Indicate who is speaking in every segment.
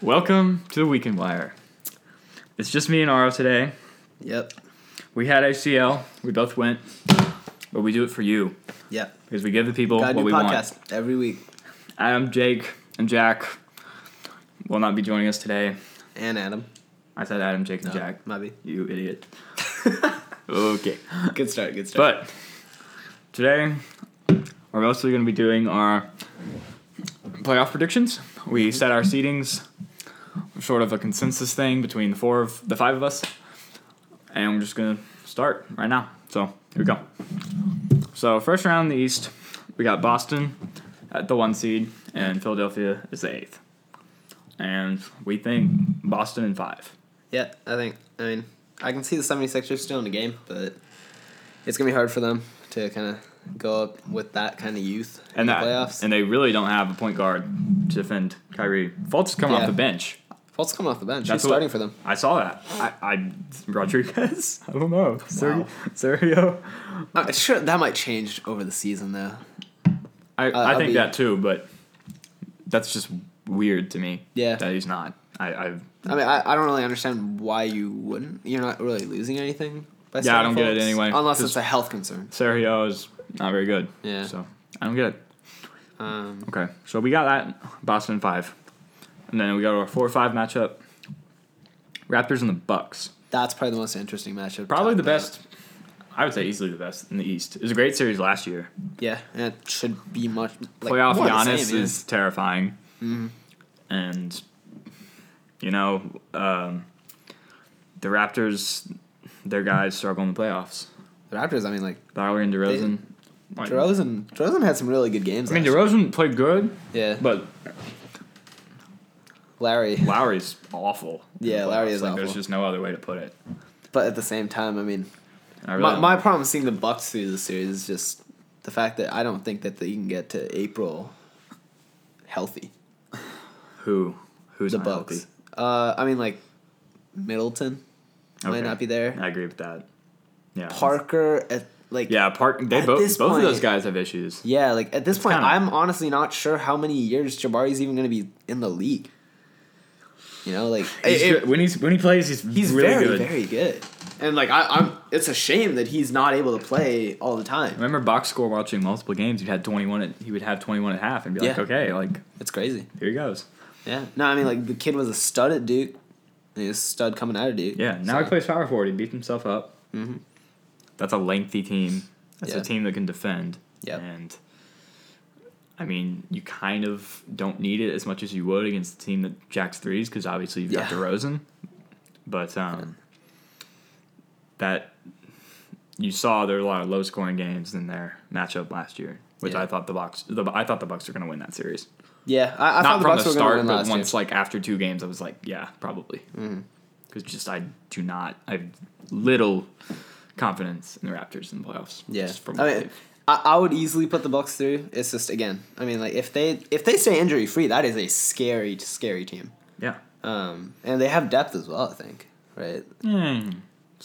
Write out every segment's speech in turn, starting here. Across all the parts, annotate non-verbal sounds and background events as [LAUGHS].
Speaker 1: Welcome to the Weekend Wire. It's just me and Aro today.
Speaker 2: Yep.
Speaker 1: We had ACL. We both went, but we do it for you
Speaker 2: Yep.
Speaker 1: because we give the people
Speaker 2: Got a
Speaker 1: what
Speaker 2: new
Speaker 1: we
Speaker 2: podcast every week.
Speaker 1: want. Adam, Jake, and Jack will not be joining us today.
Speaker 2: And Adam.
Speaker 1: I said Adam, Jake, and
Speaker 2: No,
Speaker 1: Jack.
Speaker 2: might
Speaker 1: [LAUGHS]
Speaker 2: be.
Speaker 1: You
Speaker 2: [LAUGHS]
Speaker 1: idiot. okay.
Speaker 2: Good start, good start.
Speaker 1: But today, we're mostly going to be doing our playoff predictions. We set our seedings, sort of a consensus thing between the four of the five of us, and we're just going to start right now. So here we go. So first round, the East, we got Boston at the one seed, and Philadelphia is the eighth. And we think Boston in five.
Speaker 2: yeah, I think, I mean, I can see the 76ers still in the game, but it's going to be hard for them to kind of go up with that kind of youth in
Speaker 1: And
Speaker 2: the
Speaker 1: that,
Speaker 2: playoffs.
Speaker 1: and they really don't have a point guard to defend Kyrie. Fultz coming off
Speaker 2: Yeah.
Speaker 1: the bench.
Speaker 2: Fultz coming off the bench.
Speaker 1: That's
Speaker 2: He's
Speaker 1: what-
Speaker 2: starting for them.
Speaker 1: I saw that. I, I Rodriguez. [LAUGHS] I don't know. Ser- Sergio.
Speaker 2: Uh, sure, that might change over the season, though.
Speaker 1: I,
Speaker 2: Uh,
Speaker 1: I
Speaker 2: I'll
Speaker 1: think
Speaker 2: be-
Speaker 1: that too, but that's just weird to me.
Speaker 2: Yeah.
Speaker 1: that he's not. I, I
Speaker 2: I mean, I, I don't really understand why you wouldn't. You're not really losing anything. By
Speaker 1: Yeah, I
Speaker 2: starting
Speaker 1: don't get it
Speaker 2: Fultz,
Speaker 1: anyway,
Speaker 2: Unless
Speaker 1: 'cause-
Speaker 2: it's a health concern.
Speaker 1: Sergio is not very good.
Speaker 2: Yeah.
Speaker 1: So I don't get it.
Speaker 2: Um,
Speaker 1: Okay, so we got that Boston in five, and then we got our four or five matchup. Raptors and the Bucks.
Speaker 2: that's probably the most interesting matchup. to
Speaker 1: Probably
Speaker 2: talk
Speaker 1: the
Speaker 2: about.
Speaker 1: best. I would say easily the best in the East. It was a great series last year.
Speaker 2: Yeah, and it should be much. Like,
Speaker 1: playoff
Speaker 2: more of the
Speaker 1: Giannis
Speaker 2: same, yeah. Mm-hmm.
Speaker 1: is terrifying, and you know um, the Raptors, their guys struggle in the playoffs.
Speaker 2: The Raptors, I mean, like
Speaker 1: Lowry and DeRozan. like-
Speaker 2: DeRozan. DeRozan had some really good games.
Speaker 1: I mean,
Speaker 2: last
Speaker 1: DeRozan played good,
Speaker 2: year. yeah,
Speaker 1: but
Speaker 2: Larry.
Speaker 1: Lowry's awful. in the
Speaker 2: Yeah, Lowry
Speaker 1: playoffs.
Speaker 2: is
Speaker 1: like, There's
Speaker 2: awful.
Speaker 1: just no other way to put it.
Speaker 2: But at the same time, I mean,
Speaker 1: I really
Speaker 2: my, my problem seeing the Bucks through this series is just the fact that I don't think that they can get to April healthy.
Speaker 1: who who's
Speaker 2: The
Speaker 1: not
Speaker 2: Bucks.
Speaker 1: healthy?
Speaker 2: Uh, I mean, like Middleton might
Speaker 1: Okay.
Speaker 2: not be there.
Speaker 1: I agree with that. Yeah,
Speaker 2: Parker at like
Speaker 1: Yeah, Park. They
Speaker 2: At
Speaker 1: both
Speaker 2: this
Speaker 1: both of those
Speaker 2: point-
Speaker 1: guys have issues.
Speaker 2: Yeah, like at this point,
Speaker 1: kinda-
Speaker 2: I'm honestly not sure how many years Jabari's even going to be in the league. You know, like
Speaker 1: He's
Speaker 2: it- it-
Speaker 1: good- when he's when he plays, he's,
Speaker 2: he's
Speaker 1: really
Speaker 2: very,
Speaker 1: good.
Speaker 2: very good. And like I, I'm, it's a shame that he's not able to play all the time.
Speaker 1: Remember box score watching multiple games. You'd had twenty one. He would have twenty one and a half, and be like,
Speaker 2: Yeah.
Speaker 1: okay, like
Speaker 2: It's crazy.
Speaker 1: here he goes.
Speaker 2: Yeah. No, I mean like the kid was a stud at Duke. He was a stud coming out of Duke.
Speaker 1: Yeah. Now he
Speaker 2: So,
Speaker 1: plays power forward. He beats himself up. Mm-hmm. That's a lengthy team. That's a
Speaker 2: Yeah.
Speaker 1: team that can defend.
Speaker 2: Yep.
Speaker 1: And I mean, you kind of don't need it as much as you would against the team that jacks threes because obviously you've got
Speaker 2: Yeah.
Speaker 1: DeRozan. But um, that you saw there were a lot of low scoring games in their matchup last year, which
Speaker 2: Yeah.
Speaker 1: I thought the Bucks. The, I thought the Bucks were going to win that series.
Speaker 2: Yeah. I,
Speaker 1: not
Speaker 2: I thought the
Speaker 1: from
Speaker 2: Bucks
Speaker 1: the
Speaker 2: were going to
Speaker 1: start,
Speaker 2: win
Speaker 1: but
Speaker 2: last year. Mm-hmm.
Speaker 1: once like after two games, I was like, yeah, probably. Because just I do not, I have little confidence in the Raptors in the playoffs.
Speaker 2: Yeah.
Speaker 1: just from
Speaker 2: I
Speaker 1: what
Speaker 2: mean,
Speaker 1: they've-
Speaker 2: I, I would easily put the Bucks through. It's just again, I mean like if they if they stay injury free, that is a scary scary team.
Speaker 1: yeah.
Speaker 2: Um, and they have depth as well. I think. Right.
Speaker 1: Mm,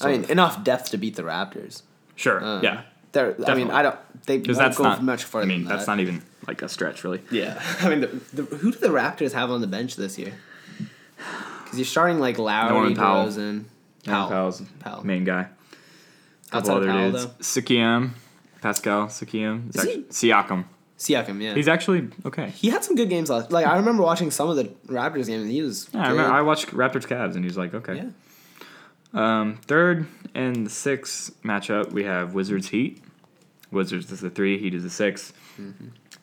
Speaker 2: I mean enough depth to beat the Raptors.
Speaker 1: sure.
Speaker 2: Um,
Speaker 1: yeah.
Speaker 2: They're, I mean,
Speaker 1: Definitely.
Speaker 2: I don't. They
Speaker 1: Because
Speaker 2: won't
Speaker 1: that's
Speaker 2: go
Speaker 1: not
Speaker 2: much
Speaker 1: I
Speaker 2: further.
Speaker 1: mean,
Speaker 2: than
Speaker 1: that's
Speaker 2: that.
Speaker 1: not even like a stretch, really.
Speaker 2: Yeah, [LAUGHS] I mean, the, the, who do the Raptors have on the bench this year? Because you're starting like Lowry,
Speaker 1: Norman Powell.
Speaker 2: DeRozan,
Speaker 1: Powell.
Speaker 2: Powell.
Speaker 1: Powell's
Speaker 2: Powell.
Speaker 1: main guy. Couple
Speaker 2: Outside
Speaker 1: other
Speaker 2: of Powell,
Speaker 1: dudes.
Speaker 2: though,
Speaker 1: Sikiam, Pascal Sikiam,
Speaker 2: Is
Speaker 1: actually, Siakam.
Speaker 2: Siakam. Yeah,
Speaker 1: He's actually okay.
Speaker 2: he had some good games last. Like I remember watching some of the Raptors games, and he was.
Speaker 1: Yeah, I,
Speaker 2: good.
Speaker 1: remember, I watched Raptors Cavs, and he's like, okay.
Speaker 2: yeah.
Speaker 1: Um, third and the sixth matchup, we have Wizards Heat. Wizards is the three, Heat is the 6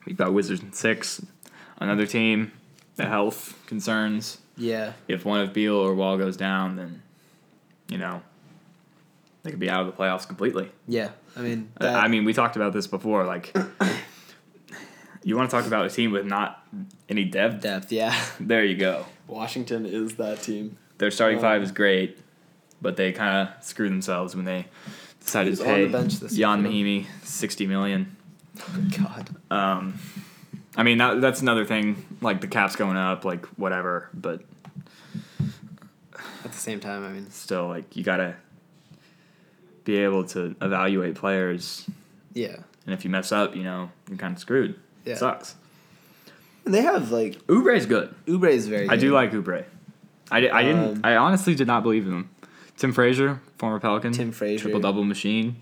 Speaker 1: We've got Wizards and six. Another team, the health concerns.
Speaker 2: Yeah.
Speaker 1: If one of Beal or Wall goes down, then you know they could be out of the playoffs completely.
Speaker 2: Yeah. I mean,
Speaker 1: I-
Speaker 2: that,
Speaker 1: I mean, we talked about this before. Like, you want to talk about a team with not any depth?
Speaker 2: depth. Yeah. [LAUGHS]
Speaker 1: There you go.
Speaker 2: Washington is that team.
Speaker 1: Their starting
Speaker 2: Um,
Speaker 1: five is great, but they kind of screwed themselves when they decided
Speaker 2: Who's
Speaker 1: to
Speaker 2: on
Speaker 1: pay
Speaker 2: the bench this
Speaker 1: Jan
Speaker 2: year?
Speaker 1: Mahimi sixty million.
Speaker 2: God.
Speaker 1: Um, I mean that, that's another thing. Like the cap's going up, like whatever, but
Speaker 2: At the same time, I mean,
Speaker 1: still, like you gotta be able to evaluate players,
Speaker 2: yeah.
Speaker 1: and if you mess up, you know you're kind of screwed.
Speaker 2: Yeah.
Speaker 1: It sucks.
Speaker 2: They have like
Speaker 1: Ubre is good.
Speaker 2: Ubre is very.
Speaker 1: I do
Speaker 2: good.
Speaker 1: like Ubre. I, di- I didn't.
Speaker 2: Um,
Speaker 1: I honestly did not believe in him. Tim Frazier, former Pelican.
Speaker 2: Tim Frazier.
Speaker 1: triple double
Speaker 2: [LAUGHS]
Speaker 1: machine.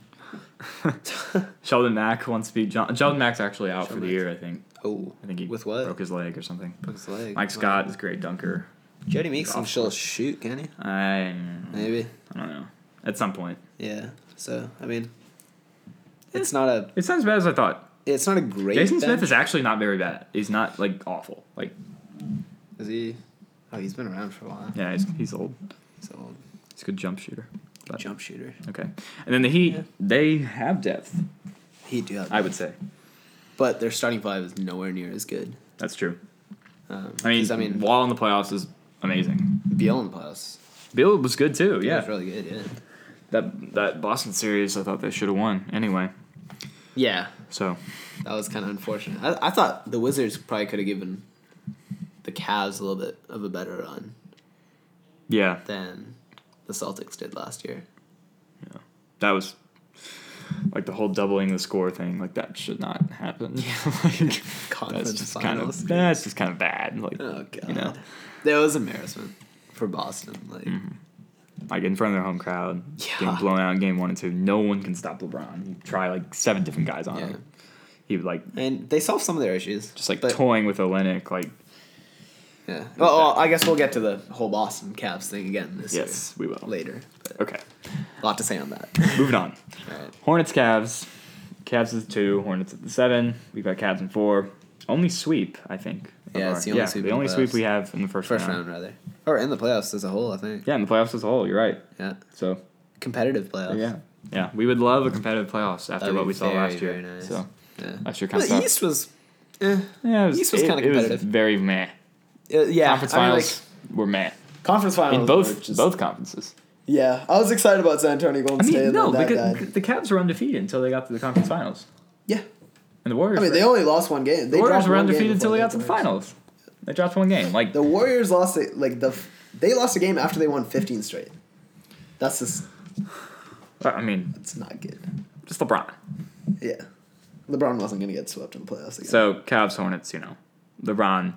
Speaker 1: Sheldon Mack once beat John, Sheldon Mack's actually out for
Speaker 2: Sheldon
Speaker 1: the year. I think.
Speaker 2: Oh,
Speaker 1: I think he
Speaker 2: with what?
Speaker 1: broke his leg or something.
Speaker 2: Broke his leg.
Speaker 1: Mike
Speaker 2: Wow.
Speaker 1: Scott is a great dunker.
Speaker 2: Jody Meeks can
Speaker 1: Off
Speaker 2: still shoot, can he?
Speaker 1: I,
Speaker 2: Maybe.
Speaker 1: I don't know. At some point,
Speaker 2: Yeah. So I mean, it's not a
Speaker 1: it's not as bad as I thought.
Speaker 2: it's not a great.
Speaker 1: Jason Smith
Speaker 2: bench.
Speaker 1: is actually not very bad. He's not like awful. Like
Speaker 2: Is he? Oh, he's been around for a while.
Speaker 1: yeah, he's, he's old.
Speaker 2: He's an old
Speaker 1: He's a good jump shooter. But,
Speaker 2: jump shooter.
Speaker 1: Okay, and then the Heat,
Speaker 2: Yeah.
Speaker 1: they have depth.
Speaker 2: He do have,
Speaker 1: I would say
Speaker 2: but their starting five is nowhere near as good.
Speaker 1: that's true.
Speaker 2: Um,
Speaker 1: I mean,
Speaker 2: 'cause, I mean,
Speaker 1: Wall in the playoffs is amazing.
Speaker 2: Beal and Plus.
Speaker 1: Bill was good too.
Speaker 2: Yeah,
Speaker 1: Yeah,
Speaker 2: was really good. Yeah.
Speaker 1: that that Boston series, I thought they should have won anyway.
Speaker 2: Yeah,
Speaker 1: So
Speaker 2: that was kind of unfortunate. I, I thought the Wizards probably could have given the Cavs a little bit of a better run
Speaker 1: yeah,
Speaker 2: than the Celtics did last year.
Speaker 1: that was like the whole doubling the score thing. Like that should not happen. [LAUGHS] like,
Speaker 2: Conference
Speaker 1: that's just kind
Speaker 2: finals.
Speaker 1: of that's just kind of bad. Like
Speaker 2: Oh god.
Speaker 1: You know. Mm-hmm.
Speaker 2: That was embarrassment for Boston. Like
Speaker 1: like in front of their home crowd,
Speaker 2: Yeah.
Speaker 1: getting blown out in game one and two. No one can stop LeBron. You try like seven different guys on
Speaker 2: Yeah.
Speaker 1: him. He would like
Speaker 2: and they solved some of their issues.
Speaker 1: just like
Speaker 2: but,
Speaker 1: toying with Olenek. Like
Speaker 2: yeah. Well, well, I guess we'll get to the whole Boston Cavs thing again this
Speaker 1: yes, we will.
Speaker 2: year later. But
Speaker 1: Okay,
Speaker 2: a lot to say
Speaker 1: [LAUGHS]
Speaker 2: on that.
Speaker 1: moving on.
Speaker 2: All right.
Speaker 1: Hornets, Cavs. Cavs is two. Hornets at the seven. We've got Cavs in four. Only sweep, I think. of
Speaker 2: Yeah,
Speaker 1: our-
Speaker 2: it's the only sweep
Speaker 1: The
Speaker 2: in the
Speaker 1: only sweep
Speaker 2: playoffs.
Speaker 1: we have in the first,
Speaker 2: First
Speaker 1: round.
Speaker 2: round rather. Or in the playoffs as a whole, I think.
Speaker 1: Yeah, in the playoffs as a whole. You're right.
Speaker 2: Yeah.
Speaker 1: So
Speaker 2: Competitive playoffs.
Speaker 1: yeah, yeah, we would love a competitive playoffs after
Speaker 2: That'd
Speaker 1: what
Speaker 2: be
Speaker 1: we saw
Speaker 2: very,
Speaker 1: last year.
Speaker 2: very nice.
Speaker 1: So
Speaker 2: Yeah.
Speaker 1: last year kind of
Speaker 2: The East was eh,
Speaker 1: Yeah, it was,
Speaker 2: East was
Speaker 1: it-
Speaker 2: kinda
Speaker 1: it was
Speaker 2: competitive.
Speaker 1: very meh.
Speaker 2: uh, yeah.
Speaker 1: Conference
Speaker 2: I mean,
Speaker 1: finals were meh
Speaker 2: like, conference finals.
Speaker 1: in both
Speaker 2: were just-
Speaker 1: both conferences.
Speaker 2: Yeah, I was excited about San Antonio Golden
Speaker 1: I
Speaker 2: State.
Speaker 1: mean,
Speaker 2: and
Speaker 1: no,
Speaker 2: then that
Speaker 1: because
Speaker 2: died.
Speaker 1: the Cavs were undefeated until they got to the conference finals,
Speaker 2: yeah.
Speaker 1: and the Warriors.
Speaker 2: I mean,
Speaker 1: were-
Speaker 2: they only lost one game. They
Speaker 1: the Warriors
Speaker 2: dropped
Speaker 1: were
Speaker 2: one game
Speaker 1: undefeated until
Speaker 2: before
Speaker 1: they got to the
Speaker 2: played.
Speaker 1: finals. They dropped one game. Like
Speaker 2: The Warriors lost it like the f- they lost a game after they won 15 straight. That's just
Speaker 1: I mean,
Speaker 2: it's not good.
Speaker 1: just LeBron.
Speaker 2: Yeah, LeBron wasn't gonna get swept in the playoffs again.
Speaker 1: So Cavs Hornets, you know, LeBron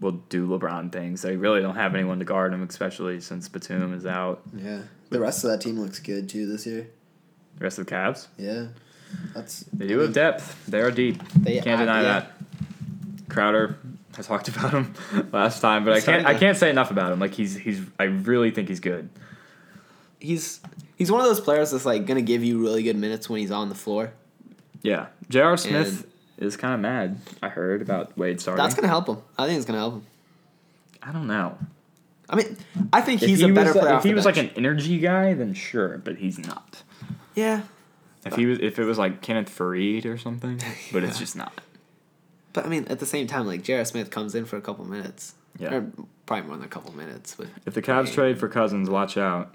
Speaker 1: will do LeBron things. They really don't have anyone to guard him, especially since Batum is out.
Speaker 2: yeah, the rest of that team looks good too this year.
Speaker 1: The rest of the Cavs,
Speaker 2: Yeah, that's
Speaker 1: they do have depth. They are deep.
Speaker 2: Mm-hmm. They
Speaker 1: can't
Speaker 2: are-
Speaker 1: deny
Speaker 2: yeah.
Speaker 1: that. Crowder, I talked [LAUGHS] about him last time, but I
Speaker 2: He's
Speaker 1: can't. I
Speaker 2: starting to-
Speaker 1: can't say enough about him. Like he's he's. I really think he's good.
Speaker 2: he's he's one of those players that's like gonna give you really good minutes when he's on the floor.
Speaker 1: Yeah, J.R. Smith is kind of mad. I heard about Wade starting.
Speaker 2: That's gonna help him. I think it's gonna help him.
Speaker 1: I don't know.
Speaker 2: I mean, I think
Speaker 1: If
Speaker 2: he's
Speaker 1: he
Speaker 2: a better
Speaker 1: was, uh,
Speaker 2: player.
Speaker 1: If he was like an energy guy, then sure, but he's not.
Speaker 2: yeah,
Speaker 1: If he was, if it was like Kenneth Fareed or
Speaker 2: [LAUGHS]
Speaker 1: something, but it's
Speaker 2: Yeah.
Speaker 1: just not.
Speaker 2: but I mean, at the same time, like Jarrett Smith comes in for a couple minutes.
Speaker 1: Yeah.
Speaker 2: Or probably more than a couple minutes, but
Speaker 1: If the Cavs trade for Cousins, watch out.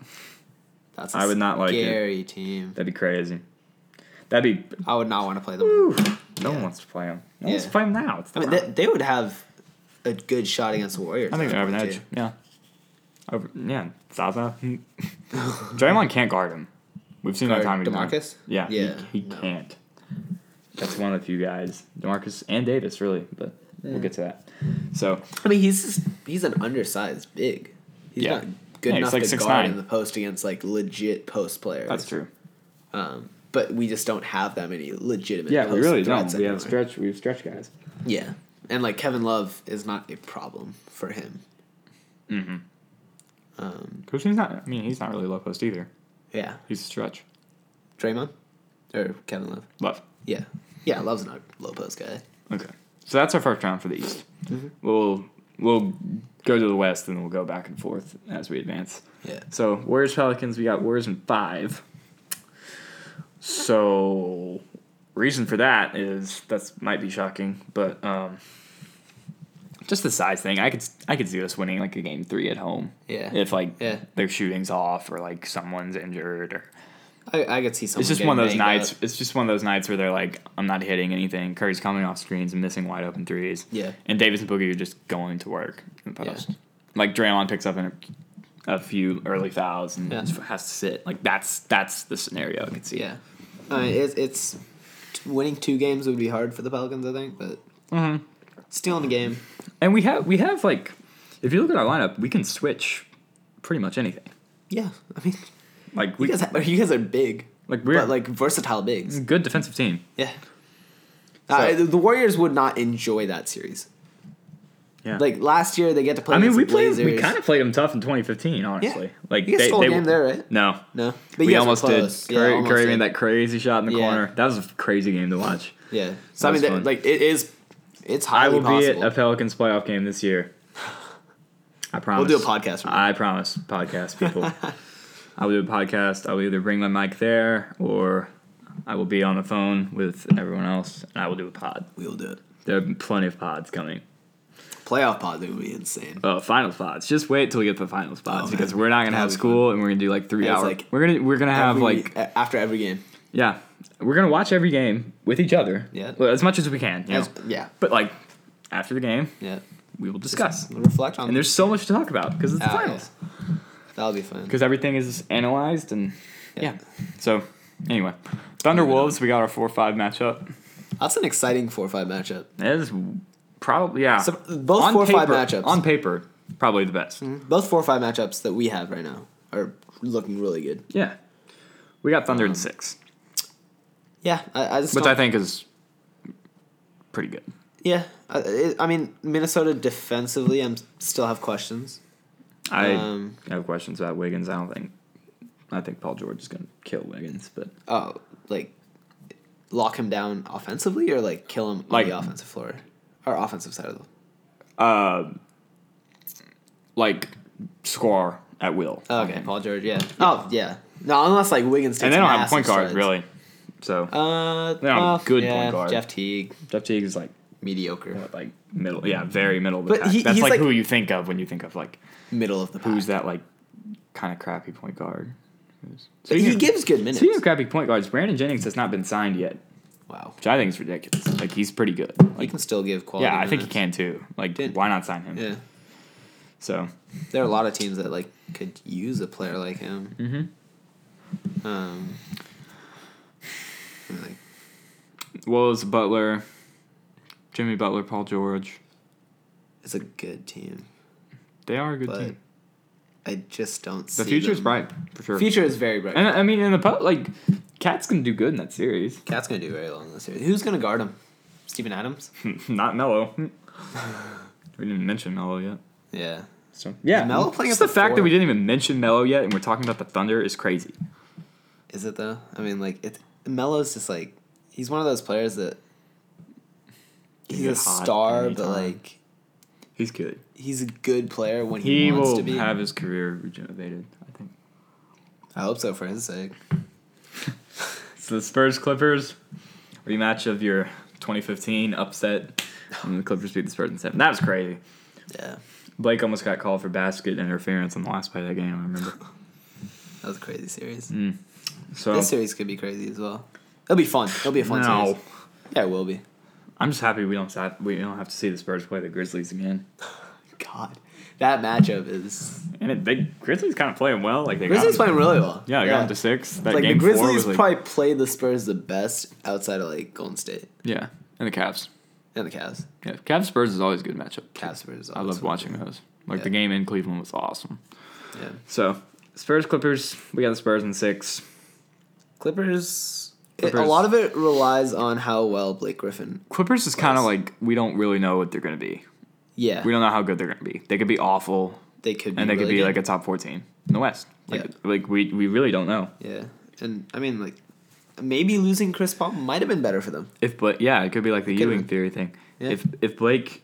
Speaker 2: that's
Speaker 1: I would not like it.
Speaker 2: scary team.
Speaker 1: That'd be crazy. That'd be.
Speaker 2: I would not want to play them.
Speaker 1: No
Speaker 2: Yeah.
Speaker 1: one wants to play him. No one wants to
Speaker 2: Yeah.
Speaker 1: play him now. It's
Speaker 2: I mean,
Speaker 1: the
Speaker 2: they, they would have a good shot against the Warriors.
Speaker 1: I think they have an
Speaker 2: would,
Speaker 1: edge.
Speaker 2: too.
Speaker 1: Yeah. Over, yeah.
Speaker 2: [LAUGHS]
Speaker 1: Zaza. Draymond can't guard him. We've seen that time
Speaker 2: Guard
Speaker 1: and time.
Speaker 2: DeMarcus?
Speaker 1: Yeah. he-
Speaker 2: Yeah,
Speaker 1: He,
Speaker 2: no.
Speaker 1: can't. That's one of the few guys, Demarcus and Davis, really, but we'll get to that. So
Speaker 2: I mean, he's just, he's an undersized big. He's
Speaker 1: Yeah.
Speaker 2: not good
Speaker 1: Yeah, he's
Speaker 2: enough
Speaker 1: like
Speaker 2: to
Speaker 1: 6'9".
Speaker 2: guard in the post against like legit post players.
Speaker 1: that's true.
Speaker 2: Um, but we just don't have that many legitimate.
Speaker 1: Yeah,
Speaker 2: post
Speaker 1: we really don't.
Speaker 2: threats
Speaker 1: We have
Speaker 2: anymore.
Speaker 1: stretch. We have stretch guys.
Speaker 2: Yeah, and like Kevin Love is not a problem for him. Mm-hmm. Um,
Speaker 1: Cushing's not. I mean, he's not really low post either.
Speaker 2: yeah,
Speaker 1: He's a stretch.
Speaker 2: Draymond or Kevin Love.
Speaker 1: Love.
Speaker 2: Yeah, yeah, Love's not a low post guy.
Speaker 1: Okay. So that's our first round for the East.
Speaker 2: Mm-hmm.
Speaker 1: We'll we'll go to the West and we'll go back and forth as we advance.
Speaker 2: Yeah,
Speaker 1: So Warriors Pelicans, we got Warriors in five. So reason for that is that's might be shocking, but um, just the size thing. I could I could see us winning like a game three at home.
Speaker 2: Yeah.
Speaker 1: If like
Speaker 2: Yeah.
Speaker 1: their shooting's off or like someone's injured or
Speaker 2: I, I could see someone.
Speaker 1: it's just
Speaker 2: getting
Speaker 1: one of those
Speaker 2: banged
Speaker 1: nights.
Speaker 2: up.
Speaker 1: It's just one of those nights where they're like, I'm not hitting anything. Curry's coming off screens and missing wide open threes.
Speaker 2: Yeah.
Speaker 1: And Davis and Boogie are just going to work in the
Speaker 2: Yeah.
Speaker 1: post. Like Draymond picks up in a, a few early fouls and
Speaker 2: Yeah.
Speaker 1: just has to sit. Like that's that's the scenario I could see.
Speaker 2: Yeah, I mean, it's, it's winning two games would be hard for the Pelicans, I think. But
Speaker 1: Mhm.
Speaker 2: Still in the game.
Speaker 1: And we have we have like if you look at our lineup, we can switch pretty much anything.
Speaker 2: Yeah, I mean, [LAUGHS]
Speaker 1: Like
Speaker 2: you
Speaker 1: we
Speaker 2: guys, are, you guys are big,
Speaker 1: like we're
Speaker 2: but
Speaker 1: like
Speaker 2: like versatile bigs.
Speaker 1: good defensive team.
Speaker 2: Yeah. Uh,
Speaker 1: So-
Speaker 2: the Warriors would not enjoy that series.
Speaker 1: Yeah.
Speaker 2: Like last year, they get to play.
Speaker 1: I mean, we played
Speaker 2: played.
Speaker 1: we kind of played them tough in 2015, honestly.
Speaker 2: Yeah.
Speaker 1: Like
Speaker 2: You guys
Speaker 1: they,
Speaker 2: stole a
Speaker 1: they
Speaker 2: game there, right?
Speaker 1: No.
Speaker 2: no, but
Speaker 1: We
Speaker 2: you guys were
Speaker 1: almost did.
Speaker 2: close.
Speaker 1: Curry,
Speaker 2: almost
Speaker 1: Curry
Speaker 2: did.
Speaker 1: made that crazy shot in the
Speaker 2: Yeah.
Speaker 1: corner. That was a crazy game to watch.
Speaker 2: Yeah. So I
Speaker 1: That
Speaker 2: mean,
Speaker 1: was
Speaker 2: that,
Speaker 1: fun.
Speaker 2: like it is. It's
Speaker 1: I
Speaker 2: highly
Speaker 1: will
Speaker 2: possible.
Speaker 1: be at a Pelicans playoff game this year. I
Speaker 2: we'll
Speaker 1: promise.
Speaker 2: do a podcast. From
Speaker 1: I promise, podcast
Speaker 2: [LAUGHS]
Speaker 1: people. I will do a podcast. I will either bring my mic there or I will be on the phone with everyone else, and I will do a pod.
Speaker 2: we will do it.
Speaker 1: There are plenty of pods coming.
Speaker 2: Playoff pod would be insane.
Speaker 1: Oh, finals pods. Just wait till we get to the finals pods
Speaker 2: Oh, man.
Speaker 1: because we're not gonna have
Speaker 2: That'll be
Speaker 1: school, and we're gonna do like three
Speaker 2: It's
Speaker 1: hours.
Speaker 2: like
Speaker 1: we're gonna we're gonna have
Speaker 2: Every-
Speaker 1: like
Speaker 2: a- after every game.
Speaker 1: yeah, we're gonna watch every game with each other.
Speaker 2: Yeah.
Speaker 1: well, as much as we can. You know?
Speaker 2: As- yeah.
Speaker 1: But like after the game,
Speaker 2: Yeah.
Speaker 1: we will discuss.
Speaker 2: We'll reflect on.
Speaker 1: And there's so much to talk about because it's the
Speaker 2: Ah, yeah.
Speaker 1: finals.
Speaker 2: That'll be fun.
Speaker 1: Because everything is analyzed and
Speaker 2: Yeah.
Speaker 1: yeah. So anyway, Thunder Wolves, we got our four five matchup.
Speaker 2: That's an exciting four five matchup.
Speaker 1: It is probably yeah.
Speaker 2: So, both four
Speaker 1: paper,
Speaker 2: five matchups. Mm-hmm.
Speaker 1: on paper, probably the best.
Speaker 2: Both four five matchups that we have right now are looking really good.
Speaker 1: Yeah, we got Thunder in six,
Speaker 2: Yeah, I, I just
Speaker 1: which
Speaker 2: don't-
Speaker 1: I think is pretty good.
Speaker 2: Yeah, I, it, I mean Minnesota defensively, I'm still have questions.
Speaker 1: I
Speaker 2: Um,
Speaker 1: have questions about Wiggins. I don't think I think Paul George is going to kill Wiggins, but
Speaker 2: Oh, like lock him down offensively or like kill him on
Speaker 1: Like-
Speaker 2: the offensive floor or offensive side of the.
Speaker 1: uh, like score at will.
Speaker 2: Oh, okay, Paul George. Yeah. Oh yeah. No, unless like Wiggins. Takes
Speaker 1: and they don't have a
Speaker 2: massive
Speaker 1: point guard
Speaker 2: strides.
Speaker 1: really. So
Speaker 2: Uh,
Speaker 1: don't have a
Speaker 2: well,
Speaker 1: good
Speaker 2: yeah,
Speaker 1: point guard.
Speaker 2: Jeff Teague,
Speaker 1: Jeff Teague is like
Speaker 2: mediocre,
Speaker 1: what, like middle, yeah, very middle. Of the
Speaker 2: But
Speaker 1: pack.
Speaker 2: he-
Speaker 1: That's
Speaker 2: he's
Speaker 1: like,
Speaker 2: like-
Speaker 1: who you think of when you think of like
Speaker 2: middle of the pack.
Speaker 1: who's that like kind of crappy point guard.
Speaker 2: But
Speaker 1: Speaking
Speaker 2: he
Speaker 1: of-
Speaker 2: gives good minutes.
Speaker 1: Speaking of crappy point guards, Brandon Jennings has not been signed yet,
Speaker 2: wow,
Speaker 1: which I think is ridiculous. Like he's pretty good.
Speaker 2: he
Speaker 1: Like
Speaker 2: can still give quality.
Speaker 1: yeah, I think he
Speaker 2: minutes.
Speaker 1: can too. Like
Speaker 2: Didn't-
Speaker 1: why not sign him? So
Speaker 2: Yeah, there are a lot of teams that like could use a player like him. Um, I mean, like,
Speaker 1: Wolves, Butler, Jimmy Butler, Paul George.
Speaker 2: it's a good team,
Speaker 1: They are a good
Speaker 2: but
Speaker 1: team.
Speaker 2: I just don't see
Speaker 1: The future's
Speaker 2: them.
Speaker 1: bright for sure.
Speaker 2: Future is very bright.
Speaker 1: And I mean, in the po- like, Cats can do good in that series.
Speaker 2: Cat's gonna do very well in this series. Who's gonna guard him? Steven Adams.
Speaker 1: [LAUGHS] Not Mello. we didn't mention Mello yet.
Speaker 2: yeah.
Speaker 1: So yeah,
Speaker 2: Melo playing
Speaker 1: just
Speaker 2: at
Speaker 1: the
Speaker 2: the
Speaker 1: fact that
Speaker 2: four?
Speaker 1: we didn't even mention Mello yet, and we're talking about the Thunder is crazy.
Speaker 2: Is it though? I mean, like it. Melo's just like he's one of those players that he's
Speaker 1: get
Speaker 2: a
Speaker 1: hot
Speaker 2: star, but
Speaker 1: anytime.
Speaker 2: like
Speaker 1: He's good.
Speaker 2: he's a good player when he,
Speaker 1: He
Speaker 2: wants
Speaker 1: will
Speaker 2: to be.
Speaker 1: have his career regenerated. I think.
Speaker 2: I hope so for his sake.
Speaker 1: So the Spurs Clippers rematch of your 2015 upset when the Clippers beat the Spurs in seven. That was crazy.
Speaker 2: Yeah,
Speaker 1: Blake almost got called for basket interference on the last play of that game. I remember.
Speaker 2: that was a crazy series.
Speaker 1: So
Speaker 2: This series could be crazy as well. It'll be fun. It'll be a fun
Speaker 1: No.
Speaker 2: series. Yeah, it will be.
Speaker 1: I'm just happy we don't sa- we don't have to see the Spurs play the Grizzlies again.
Speaker 2: God, that matchup is
Speaker 1: And it, they Grizzlies kind of playing well. Like they
Speaker 2: Grizzlies
Speaker 1: got,
Speaker 2: playing really well.
Speaker 1: Yeah, they got them to six. That
Speaker 2: like the
Speaker 1: game four
Speaker 2: Grizzlies
Speaker 1: was like,
Speaker 2: probably played the Spurs the best outside of like Golden State
Speaker 1: yeah, and the Cavs.
Speaker 2: and the Cavs.
Speaker 1: Yeah, Cavs Spurs is always a good matchup.
Speaker 2: Cavs Spurs. is
Speaker 1: I
Speaker 2: always
Speaker 1: love watching those. Like the
Speaker 2: Yeah.
Speaker 1: game in Cleveland was awesome.
Speaker 2: fun. Yeah.
Speaker 1: So Spurs Clippers, we got the Spurs in six.
Speaker 2: Clippers. It, a
Speaker 1: Clippers.
Speaker 2: lot of it relies on how well Blake Griffin.
Speaker 1: Clippers is kind of
Speaker 2: Close.
Speaker 1: like we don't really know what they're gonna be.
Speaker 2: Yeah,
Speaker 1: We don't know how good they're gonna be. They could be awful,
Speaker 2: they could be
Speaker 1: and they could
Speaker 2: really
Speaker 1: be
Speaker 2: good.
Speaker 1: like a top four team in the West. Like,
Speaker 2: Yeah.
Speaker 1: like we we really don't know.
Speaker 2: Yeah, and I mean, like, maybe losing Chris Paul might have been better for them.
Speaker 1: If but yeah, it could be like the
Speaker 2: Could have
Speaker 1: Ewing
Speaker 2: been.
Speaker 1: theory thing.
Speaker 2: Yeah.
Speaker 1: If if Blake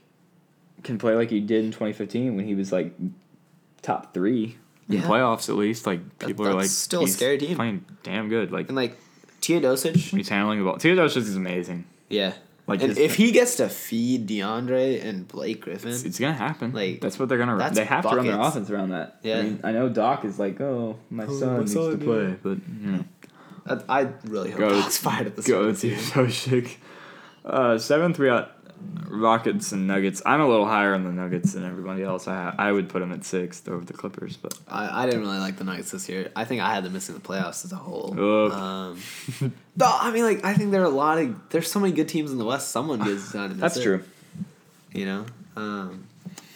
Speaker 1: can play like he did in 2015 when he was like top three in
Speaker 2: Yeah.
Speaker 1: playoffs at least, like
Speaker 2: That-
Speaker 1: people are
Speaker 2: that's
Speaker 1: like
Speaker 2: still a
Speaker 1: "He's
Speaker 2: scary team."
Speaker 1: playing damn good. Like
Speaker 2: And like Teodosic,
Speaker 1: he's handling the ball. Teodosic is amazing.
Speaker 2: yeah.
Speaker 1: Like
Speaker 2: and
Speaker 1: his-
Speaker 2: if he gets to feed DeAndre and Blake Griffin,
Speaker 1: It's, it's gonna happen.
Speaker 2: Like,
Speaker 1: that's what they're gonna.
Speaker 2: that's
Speaker 1: They have to run their
Speaker 2: buckets.
Speaker 1: offense around that. I
Speaker 2: Yeah.
Speaker 1: mean, I know Doc is like, oh, my son
Speaker 2: my
Speaker 1: needs to
Speaker 2: son, yeah."
Speaker 1: play, but you know,
Speaker 2: I, I really hope
Speaker 1: Go-
Speaker 2: Doc's fired at the start.
Speaker 1: go
Speaker 2: of
Speaker 1: to
Speaker 2: the
Speaker 1: [LAUGHS]
Speaker 2: season.
Speaker 1: Teodosic. Uh, seventh, we got Rockets and Nuggets. I'm a little higher on the Nuggets than everybody else. I I would put them at sixth over the Clippers, but
Speaker 2: I, I didn't really like the Nuggets this year. I think I had them missing the playoffs as a whole.
Speaker 1: Ugh. [LAUGHS]
Speaker 2: Um,
Speaker 1: [LAUGHS]
Speaker 2: no, I mean, like, I think there are a lot of there's so many good teams in the West. Someone gets down.
Speaker 1: that's true.
Speaker 2: You know. Um,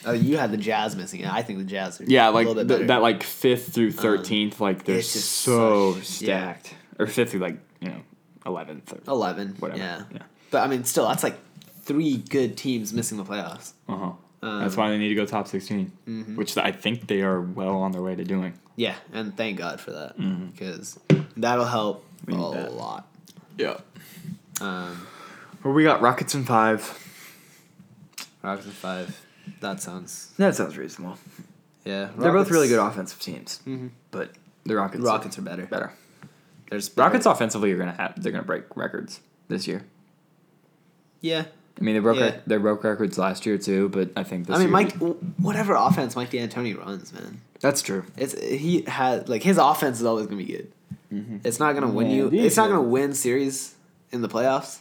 Speaker 2: oh, you had the Jazz missing. I think the Jazz are
Speaker 1: Yeah,
Speaker 2: a
Speaker 1: like
Speaker 2: little bit
Speaker 1: th-
Speaker 2: better. Um,
Speaker 1: that like fifth through thirteenth, like they're
Speaker 2: it's just
Speaker 1: so
Speaker 2: such-
Speaker 1: stacked. Or fifth through like you know eleventh or
Speaker 2: eleven.
Speaker 1: whatever.
Speaker 2: Yeah.
Speaker 1: yeah.
Speaker 2: But I mean, still, that's like three good teams missing the playoffs.
Speaker 1: Uh huh. That's
Speaker 2: Um,
Speaker 1: why they need to go top 16
Speaker 2: mm-hmm.
Speaker 1: which I think they are well on their way to doing.
Speaker 2: Yeah, and thank God for that because that'll help a
Speaker 1: Mm-hmm. We need that.
Speaker 2: lot.
Speaker 1: Yeah.
Speaker 2: Um,
Speaker 1: Well, we got Rockets in five.
Speaker 2: Rockets in five. That sounds
Speaker 1: That sounds reasonable.
Speaker 2: yeah.
Speaker 1: They're both really good
Speaker 2: Rockets-
Speaker 1: offensive teams, but the Mm-hmm. Rockets
Speaker 2: Rockets are better.
Speaker 1: better.
Speaker 2: There's
Speaker 1: Rockets offensively are gonna have they're gonna break records this year.
Speaker 2: Yeah,
Speaker 1: I mean they broke
Speaker 2: Yeah.
Speaker 1: they broke records last year too, but I think this
Speaker 2: I mean
Speaker 1: year-
Speaker 2: Mike. Whatever offense Mike D'Antoni runs, man,
Speaker 1: That's true.
Speaker 2: it's he has like his offense is always gonna be good.
Speaker 1: Mm-hmm.
Speaker 2: It's not gonna win
Speaker 1: Yeah,
Speaker 2: you.
Speaker 1: it is
Speaker 2: It's not
Speaker 1: good.
Speaker 2: gonna win series in the playoffs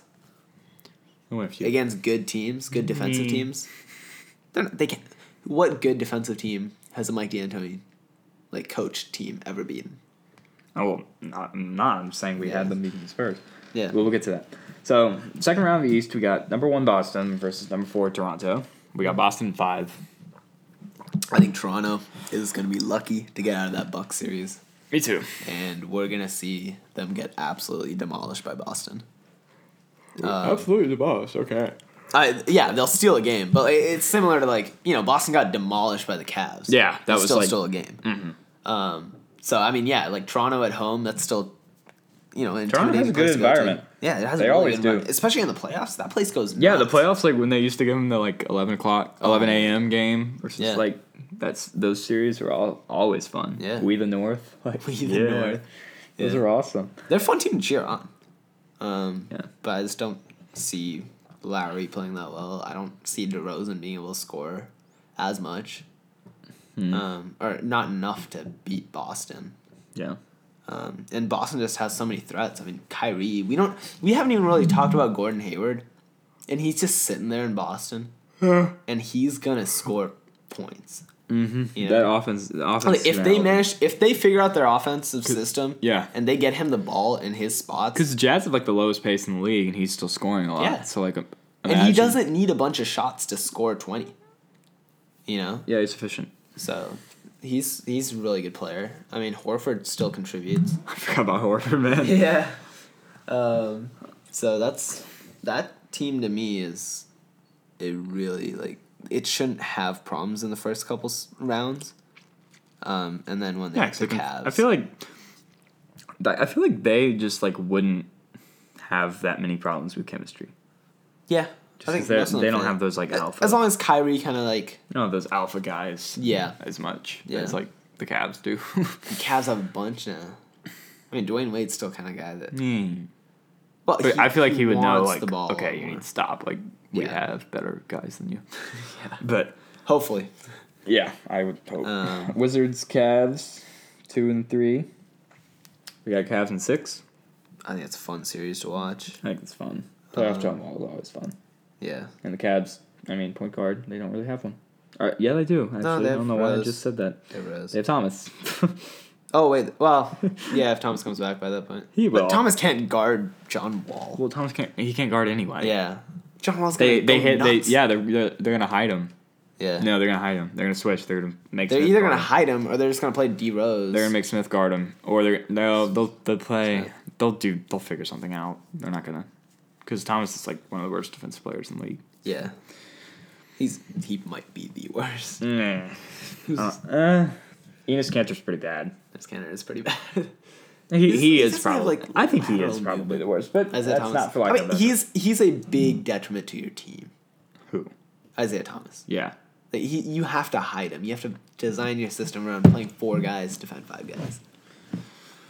Speaker 2: against good teams, good defensive
Speaker 1: Mm.
Speaker 2: teams. They're not, they can. What good defensive team has a Mike D'Antoni, like coach team, ever beaten?
Speaker 1: Oh, well, not, not. I'm saying we had them beating the Spurs.
Speaker 2: Yeah.
Speaker 1: Well, we'll get to that. So, second round of the East, we got number one Boston versus number four Toronto. We got Boston five.
Speaker 2: I think Toronto is going to be lucky to get out of that Buck series,
Speaker 1: Me too.
Speaker 2: and we're going to see them get absolutely demolished by Boston.
Speaker 1: Absolutely the boss. Okay.
Speaker 2: I yeah, they'll steal a game, but it- it's similar to like you know Boston got demolished by the Cavs.
Speaker 1: Yeah, that
Speaker 2: They
Speaker 1: was
Speaker 2: still
Speaker 1: like- mm-hmm.
Speaker 2: stole a game. Um, so I mean, yeah, like Toronto at home, that's still you know an
Speaker 1: Toronto has a
Speaker 2: intimidating
Speaker 1: good
Speaker 2: place to go to.
Speaker 1: environment.
Speaker 2: Yeah, it has.
Speaker 1: They
Speaker 2: a really
Speaker 1: always
Speaker 2: good
Speaker 1: do.
Speaker 2: environment. especially in the playoffs. That place goes.
Speaker 1: Yeah, the
Speaker 2: nuts.
Speaker 1: playoffs, like when they used to give them the like 11 o'clock, 11 a.m. game versus
Speaker 2: Oh, Yeah.
Speaker 1: like that's those series were all always fun.
Speaker 2: Yeah.
Speaker 1: We the North. [LAUGHS] Like,
Speaker 2: We the North.
Speaker 1: Those
Speaker 2: Yeah.
Speaker 1: are awesome.
Speaker 2: They're a fun team to cheer on. Um,
Speaker 1: Yeah.
Speaker 2: But I just don't see Lowry playing that well. I don't see DeRozan being able to score as much. Um, or not enough to beat Boston.
Speaker 1: Yeah.
Speaker 2: Um, and Boston just has so many threats. I mean, Kyrie, we don't we haven't even really talked about Gordon Hayward. And he's just sitting there in Boston. and he's gonna score points. Mm-hmm. You know?
Speaker 1: That offense, the offense
Speaker 2: Like, if they
Speaker 1: now-
Speaker 2: manage if they figure out their offensive system
Speaker 1: yeah.
Speaker 2: and they get him the ball in his spots
Speaker 1: Because the Jazz have like the lowest pace in the league, and he's still scoring a lot.
Speaker 2: Yeah.
Speaker 1: So like, imagine.
Speaker 2: and he doesn't need a bunch of shots to score 20 you know
Speaker 1: Yeah, he's efficient. [LAUGHS]
Speaker 2: so he's he's a really good player i mean horford still contributes
Speaker 1: I forgot about Horford, man. [LAUGHS]
Speaker 2: yeah um, so that's that team to me is it really like it shouldn't have problems in the first couple s- rounds um, and then when they
Speaker 1: Yeah,
Speaker 2: hit the
Speaker 1: except
Speaker 2: Cavs,
Speaker 1: I feel like th- I feel like they just like wouldn't have that many problems with chemistry.
Speaker 2: yeah
Speaker 1: Just 'cause they're-
Speaker 2: most of them
Speaker 1: they don't
Speaker 2: fit.
Speaker 1: have those, like,
Speaker 2: As-
Speaker 1: alpha-
Speaker 2: as long as Kyrie kind of like
Speaker 1: You know, those alpha guys
Speaker 2: yeah
Speaker 1: as much
Speaker 2: Yeah.
Speaker 1: as like the Cavs do.
Speaker 2: Cavs have a bunch now. I mean, Dwayne Wade's still kind of guy that.
Speaker 1: Hmm.
Speaker 2: [LAUGHS] Well,
Speaker 1: But I feel like he, would know
Speaker 2: wants
Speaker 1: like
Speaker 2: the ball
Speaker 1: okay, you
Speaker 2: more.
Speaker 1: need to stop. Like we
Speaker 2: Yeah.
Speaker 1: have better guys
Speaker 2: [LAUGHS]
Speaker 1: than you. But
Speaker 2: Hopefully,
Speaker 1: yeah, I would hope
Speaker 2: Um,
Speaker 1: Wizards, Cavs, two and three. We got Cavs and six.
Speaker 2: I think it's a fun series to watch.
Speaker 1: I think it's fun.
Speaker 2: Um.
Speaker 1: Playoff drama is always fun.
Speaker 2: Yeah,
Speaker 1: And the Cavs, I mean, point guard, they don't really have one. All right, yeah, they do. Actually,
Speaker 2: they
Speaker 1: I
Speaker 2: have
Speaker 1: don't know why I
Speaker 2: Rose.
Speaker 1: just said that.
Speaker 2: it was.
Speaker 1: They have Thomas. [LAUGHS]
Speaker 2: Oh wait, well, yeah. If Thomas comes back by that point,
Speaker 1: He will.
Speaker 2: But Thomas can't guard John Wall.
Speaker 1: well, Thomas can't. He can't guard anyway.
Speaker 2: Yeah, John Wall's
Speaker 1: They
Speaker 2: gonna
Speaker 1: they
Speaker 2: go
Speaker 1: hit they
Speaker 2: nuts.
Speaker 1: yeah they're, they're they're gonna hide him.
Speaker 2: yeah.
Speaker 1: No, they're gonna hide him. They're gonna switch. They're gonna make.
Speaker 2: They're
Speaker 1: Smith
Speaker 2: either
Speaker 1: guard
Speaker 2: gonna
Speaker 1: him.
Speaker 2: hide him or they're just gonna play D Rose.
Speaker 1: They're gonna make Smith guard him, or they're no they'll they'll play
Speaker 2: Smith.
Speaker 1: they'll do they'll figure something out. They're not gonna because Thomas is like one of the worst defensive players in the league.
Speaker 2: yeah. He's he might be the worst.
Speaker 1: Mm.
Speaker 2: His
Speaker 1: Uh, uh, Enos Cantor's pretty bad.
Speaker 2: Canada is pretty [LAUGHS] bad.
Speaker 1: He,
Speaker 2: Does-
Speaker 1: he
Speaker 2: he
Speaker 1: is
Speaker 2: doesn't have,
Speaker 1: probably.
Speaker 2: like,
Speaker 1: I think he
Speaker 2: lateral
Speaker 1: is probably
Speaker 2: movement.
Speaker 1: the worst, but
Speaker 2: Isaiah
Speaker 1: that's
Speaker 2: Thomas.
Speaker 1: not for lack
Speaker 2: I mean,
Speaker 1: of effort.
Speaker 2: he's he's a big detriment to your team.
Speaker 1: who.
Speaker 2: Isaiah Thomas.
Speaker 1: Yeah.
Speaker 2: Like, he, you have to hide him. You have to design your system around playing four guys, defend five guys,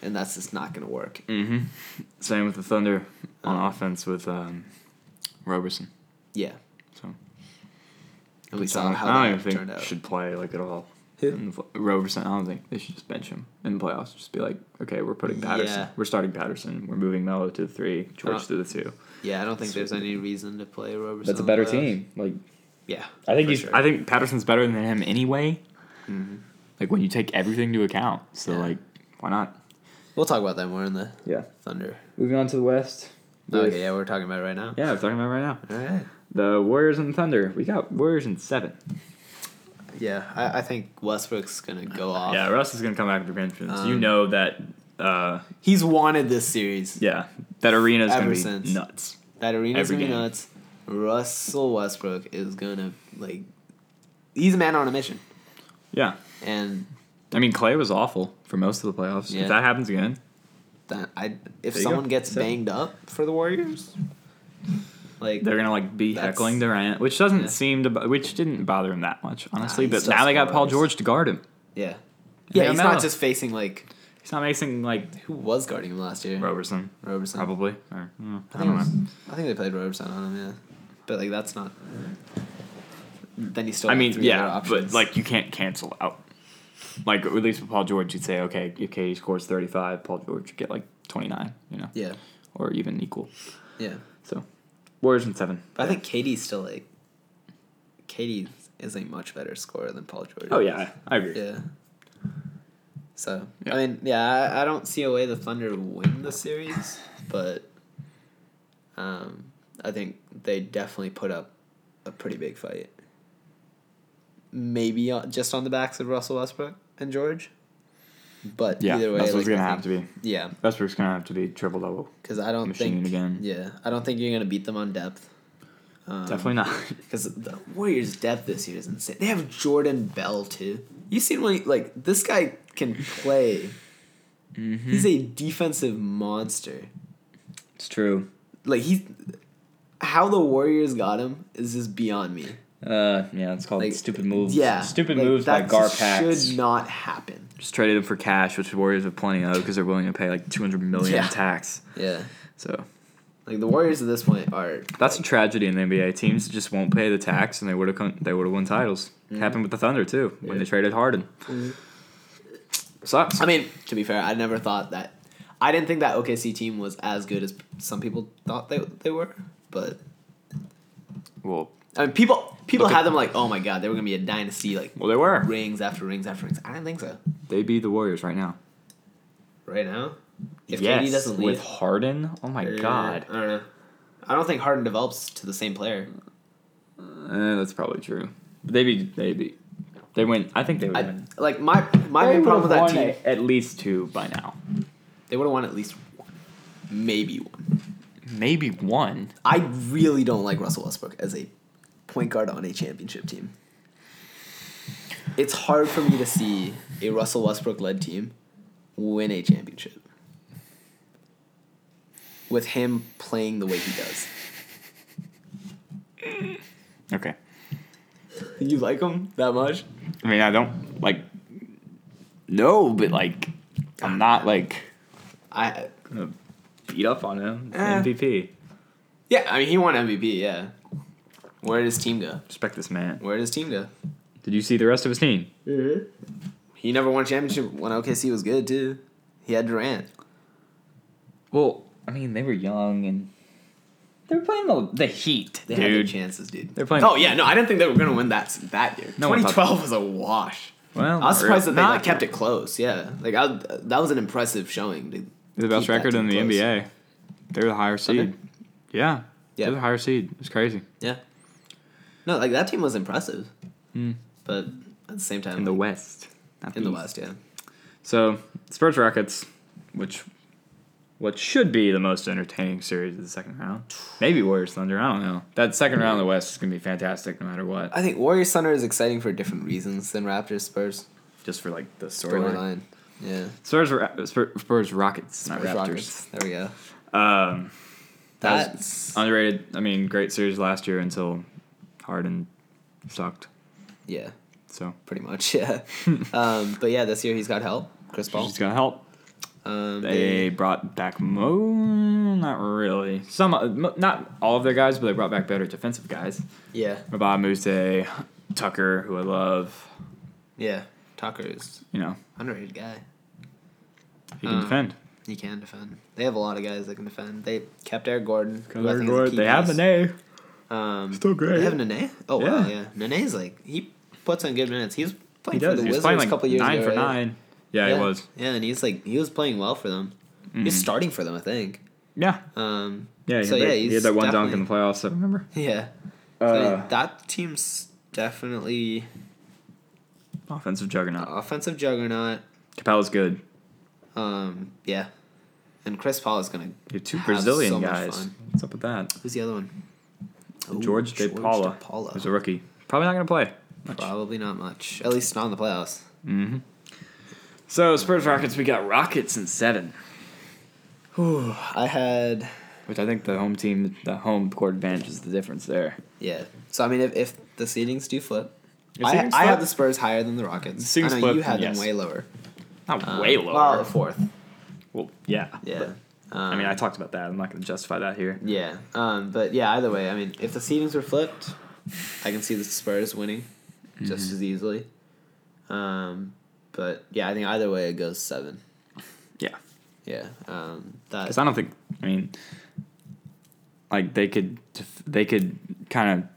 Speaker 2: and that's just not going to work.
Speaker 1: Mm-hmm. Same with the Thunder on
Speaker 2: Oh.
Speaker 1: offense with um, Roberson.
Speaker 2: Yeah,
Speaker 1: So
Speaker 2: and we
Speaker 1: I
Speaker 2: saw
Speaker 1: don't,
Speaker 2: how
Speaker 1: I
Speaker 2: that
Speaker 1: don't even
Speaker 2: turned
Speaker 1: think
Speaker 2: out.
Speaker 1: should play like at all.
Speaker 2: Who?
Speaker 1: In the fl- Roberson, I don't think they should just bench him in the playoffs. Just be like, okay, we're putting Patterson,
Speaker 2: Yeah. Uh,
Speaker 1: we're starting Patterson, we're moving Melo to the three, George
Speaker 2: don't-
Speaker 1: to the two.
Speaker 2: yeah, I don't think there's any reason to play Roberson.
Speaker 1: That's a
Speaker 2: in
Speaker 1: better
Speaker 2: the playoffs.
Speaker 1: team. Like
Speaker 2: Yeah,
Speaker 1: I think
Speaker 2: for
Speaker 1: he's,
Speaker 2: sure. Mm-hmm.
Speaker 1: I think Patterson's better than him anyway. Like when you take everything into account, so
Speaker 2: Yeah.
Speaker 1: like why not?
Speaker 2: we'll talk about that more in the
Speaker 1: Yeah.
Speaker 2: Thunder.
Speaker 1: Moving on to the West.
Speaker 2: Okay, yeah, we're talking about it right now.
Speaker 1: Yeah, I'm talking about it right now.
Speaker 2: All right.
Speaker 1: The Warriors and the Thunder. We got Warriors in seven.
Speaker 2: Yeah, I, I think Westbrook's gonna go off.
Speaker 1: Yeah, Russ is gonna come back with vengeance. you
Speaker 2: Um,
Speaker 1: know that. Uh,
Speaker 2: He's wanted this series.
Speaker 1: yeah, that arena is gonna
Speaker 2: Ever
Speaker 1: be
Speaker 2: since.
Speaker 1: nuts.
Speaker 2: That arena's
Speaker 1: Every
Speaker 2: gonna be
Speaker 1: game.
Speaker 2: nuts. Russell Westbrook is gonna like he's a man on a mission.
Speaker 1: Yeah,
Speaker 2: And
Speaker 1: I mean Clay was awful for most of the playoffs.
Speaker 2: Yeah.
Speaker 1: If that happens again,
Speaker 2: that I
Speaker 1: There you
Speaker 2: if
Speaker 1: go.
Speaker 2: someone gets
Speaker 1: That's it.
Speaker 2: banged up for the Warriors, like
Speaker 1: they're gonna like be
Speaker 2: That's-
Speaker 1: heckling Durant, which doesn't
Speaker 2: Yeah.
Speaker 1: seem to, bo- which didn't bother him that much honestly.
Speaker 2: he's
Speaker 1: but
Speaker 2: still
Speaker 1: now they got Paul
Speaker 2: scores.
Speaker 1: George to guard him.
Speaker 2: yeah,
Speaker 1: They
Speaker 2: yeah.
Speaker 1: got
Speaker 2: He's
Speaker 1: Melo.
Speaker 2: not just facing like
Speaker 1: He's not making like
Speaker 2: who was guarding him last year.
Speaker 1: Roberson
Speaker 2: Roberson.
Speaker 1: probably. Or, mm, I
Speaker 2: I think, it
Speaker 1: don't
Speaker 2: was,
Speaker 1: know.
Speaker 2: I think they played Roberson on him. Yeah, but like that's not. Then he still.
Speaker 1: I
Speaker 2: had
Speaker 1: mean,
Speaker 2: three other
Speaker 1: yeah, but
Speaker 2: options.
Speaker 1: like you can't cancel out. Like at least with Paul George, you'd say okay, okay, he scores thirty five. Paul George would get like twenty nine, you know,
Speaker 2: yeah,
Speaker 1: or even equal.
Speaker 2: yeah.
Speaker 1: So Warriors in seven.
Speaker 2: But I think Katie's still like. Katie is a much better scorer than Paul George.
Speaker 1: Oh yeah, I agree.
Speaker 2: Yeah. So
Speaker 1: Yeah.
Speaker 2: I mean, yeah, I, I don't see a way the Thunder win the series, but um, I think they definitely put up a pretty big fight. Maybe on, just on the backs of Russell Westbrook and George, but
Speaker 1: Yeah,
Speaker 2: either way,
Speaker 1: that's what's
Speaker 2: like,
Speaker 1: gonna
Speaker 2: I
Speaker 1: have to
Speaker 2: think-
Speaker 1: be.
Speaker 2: Yeah,
Speaker 1: Westbrook's gonna have to be triple double.
Speaker 2: because I don't
Speaker 1: Machine
Speaker 2: think
Speaker 1: again.
Speaker 2: Yeah, I don't think you're gonna beat them on depth. Um,
Speaker 1: Definitely not.
Speaker 2: because the Warriors' depth this year is insane. They have Jordan Bell too. You seen when he, like this guy can play?
Speaker 1: Mm-hmm.
Speaker 2: He's a defensive monster.
Speaker 1: [LAUGHS] it's true.
Speaker 2: Like he's how the Warriors got him is just beyond me.
Speaker 1: Uh, yeah, it's called
Speaker 2: Like
Speaker 1: stupid moves.
Speaker 2: Yeah,
Speaker 1: stupid
Speaker 2: like,
Speaker 1: moves by
Speaker 2: that
Speaker 1: Gar
Speaker 2: just
Speaker 1: Pax.
Speaker 2: should not happen.
Speaker 1: Just traded him for cash, which the Warriors have plenty of because they're willing to pay like two hundred million
Speaker 2: Yeah.
Speaker 1: in tax.
Speaker 2: Yeah,
Speaker 1: So
Speaker 2: like the Warriors at this point are
Speaker 1: That's a tragedy in the NBA. Teams just won't pay the tax, and they would have con- they would have won titles. Happened with the Thunder too when
Speaker 2: Yeah.
Speaker 1: they traded Harden.
Speaker 2: Mm-hmm.
Speaker 1: Sucks.
Speaker 2: I mean, to be fair, I never thought that. I didn't think that OKC team was as good as some people thought they they were, but
Speaker 1: well,
Speaker 2: I mean, people people
Speaker 1: Look at-
Speaker 2: had them like, oh my god, they were gonna be a dynasty, like
Speaker 1: well, they were.
Speaker 2: rings after rings after rings. I don't think so.
Speaker 1: They beat the Warriors right now.
Speaker 2: Right now, if
Speaker 1: yes,
Speaker 2: KD doesn't
Speaker 1: with
Speaker 2: leave,
Speaker 1: Harden. Oh my
Speaker 2: uh,
Speaker 1: God,
Speaker 2: I don't know. I don't think Harden develops to the same player.
Speaker 1: Eh, that's probably true. But they beat. They beat. They win. I think they would
Speaker 2: I,
Speaker 1: win.
Speaker 2: like my my
Speaker 1: They
Speaker 2: main problem with
Speaker 1: would've won
Speaker 2: that team,
Speaker 1: a- at least two by now.
Speaker 2: they would have won at least one, maybe one.
Speaker 1: Maybe one.
Speaker 2: I really don't like Russell Westbrook as a point guard on a championship team. It's hard for me to see a Russell Westbrook led team win a championship with him playing the way he does. [LAUGHS]
Speaker 1: Okay.
Speaker 2: You like him that much?
Speaker 1: I mean, I don't like. No, but like, I'm not like
Speaker 2: I
Speaker 1: gonna beat up on him.
Speaker 2: Eh.
Speaker 1: MVP.
Speaker 2: yeah. I mean, he won MVP. Yeah. Where did his team go?
Speaker 1: Respect this man.
Speaker 2: Where did his team go?
Speaker 1: Did you see the rest of his team?
Speaker 2: Mm-hmm. He never won a championship when OKC was good too. He had Durant.
Speaker 1: Well, I mean, they were young and they were playing the the Heat,
Speaker 2: They had their
Speaker 1: dude.
Speaker 2: chances, dude.
Speaker 1: They're playing-
Speaker 2: Oh yeah, no, I didn't think they were gonna win that that year.
Speaker 1: No one
Speaker 2: Twenty
Speaker 1: thought-
Speaker 2: twelve was a wash.
Speaker 1: well,
Speaker 2: I was surprised that they like, kept it close. Yeah, like I, that was an impressive showing. to
Speaker 1: the best
Speaker 2: keep that
Speaker 1: record in the
Speaker 2: team close.
Speaker 1: NBA. They were the higher seed.
Speaker 2: Thunder?
Speaker 1: Yeah,
Speaker 2: Yeah.
Speaker 1: they were the higher seed. It's crazy.
Speaker 2: Yeah. No, like that team was impressive. But at the same time,
Speaker 1: In the
Speaker 2: like,
Speaker 1: West, not
Speaker 2: in the
Speaker 1: East.
Speaker 2: West, yeah.
Speaker 1: So Spurs Rockets, which what should be the most entertaining series of the second round. Maybe Warriors Thunder. I don't know. That second round of the West is gonna be fantastic no matter what.
Speaker 2: I think Warriors Thunder is exciting for different reasons than Raptors Spurs
Speaker 1: Just for like the storyline.
Speaker 2: storyline. Yeah.
Speaker 1: Spurs, Ra- Spurs, Spurs Rockets, not
Speaker 2: Spurs,
Speaker 1: Raptors.
Speaker 2: Rockets. There we go.
Speaker 1: Um, That
Speaker 2: That's
Speaker 1: Underrated. I mean, great series last year until Harden sucked.
Speaker 2: yeah,
Speaker 1: So
Speaker 2: pretty much [LAUGHS] yeah. um, but yeah, this year he's got help. Chris Paul.
Speaker 1: she's gonna help.
Speaker 2: Um,
Speaker 1: They
Speaker 2: they,
Speaker 1: brought back Mo. Not really. Some, mo- not all of their guys, but they brought back better defensive guys.
Speaker 2: yeah,
Speaker 1: Rabah Muse, Tucker, who I love.
Speaker 2: yeah. Tucker is
Speaker 1: You know,
Speaker 2: underrated guy.
Speaker 1: he can
Speaker 2: Um,
Speaker 1: defend.
Speaker 2: He can defend. They have a lot of guys that can defend. They kept Eric Gordon. who I
Speaker 1: Kyler
Speaker 2: think is a
Speaker 1: Gordon,
Speaker 2: key
Speaker 1: They have
Speaker 2: piece.
Speaker 1: the name.
Speaker 2: Um,
Speaker 1: Still great.
Speaker 2: They have Nene. Oh wow, yeah.
Speaker 1: Yeah.
Speaker 2: Nene's like he puts on good minutes. He was
Speaker 1: He
Speaker 2: playing for
Speaker 1: does.
Speaker 2: the
Speaker 1: He was
Speaker 2: Wizards
Speaker 1: playing
Speaker 2: a
Speaker 1: like
Speaker 2: couple years
Speaker 1: nine
Speaker 2: ago.
Speaker 1: for
Speaker 2: right?
Speaker 1: nine. Yeah, he was.
Speaker 2: Yeah, and he's like he was playing well for them. He was starting for them, I think.
Speaker 1: Yeah.
Speaker 2: Um,
Speaker 1: Yeah. He,
Speaker 2: so
Speaker 1: had
Speaker 2: yeah,
Speaker 1: that,
Speaker 2: he's
Speaker 1: he had that one dunk in
Speaker 2: definitely-
Speaker 1: the playoffs. I remember.
Speaker 2: Yeah. So
Speaker 1: Uh,
Speaker 2: that team's definitely
Speaker 1: Uh, offensive juggernaut.
Speaker 2: offensive juggernaut.
Speaker 1: Capella's good.
Speaker 2: Um, yeah, and Chris Paul is gonna.
Speaker 1: You have two
Speaker 2: have
Speaker 1: Brazilian
Speaker 2: so much
Speaker 1: guys.
Speaker 2: fun.
Speaker 1: What's up with that?
Speaker 2: Who's the other one? Ooh,
Speaker 1: George, De Paula,
Speaker 2: DePaula.
Speaker 1: who's a rookie. Probably not going to play.
Speaker 2: Probably not much. At least not in the playoffs.
Speaker 1: So Spurs Rockets, we got Rockets in seven,
Speaker 2: Whew, I had
Speaker 1: which I think the home team, the home court advantage is the difference there.
Speaker 2: yeah. So I mean, if, if the seedings do flip,
Speaker 1: If
Speaker 2: I,
Speaker 1: seedings
Speaker 2: I
Speaker 1: flip-
Speaker 2: had the Spurs higher than the Rockets.
Speaker 1: seedings
Speaker 2: I know
Speaker 1: flip,
Speaker 2: you had
Speaker 1: yes.
Speaker 2: them way lower.
Speaker 1: Not
Speaker 2: Um,
Speaker 1: way lower.
Speaker 2: Well, fourth.
Speaker 1: well, yeah,
Speaker 2: Yeah. Um,
Speaker 1: but- I mean, I talked about that. I'm not going to justify that here.
Speaker 2: Yeah, um, but yeah, either way, I mean, if the seedings were flipped, I can see the Spurs winning just
Speaker 1: Mm-hmm.
Speaker 2: as easily. Um, but yeah, I think either way it goes seven.
Speaker 1: Yeah,
Speaker 2: Yeah, um, that
Speaker 1: because I don't think. I mean, like they could, they could kind of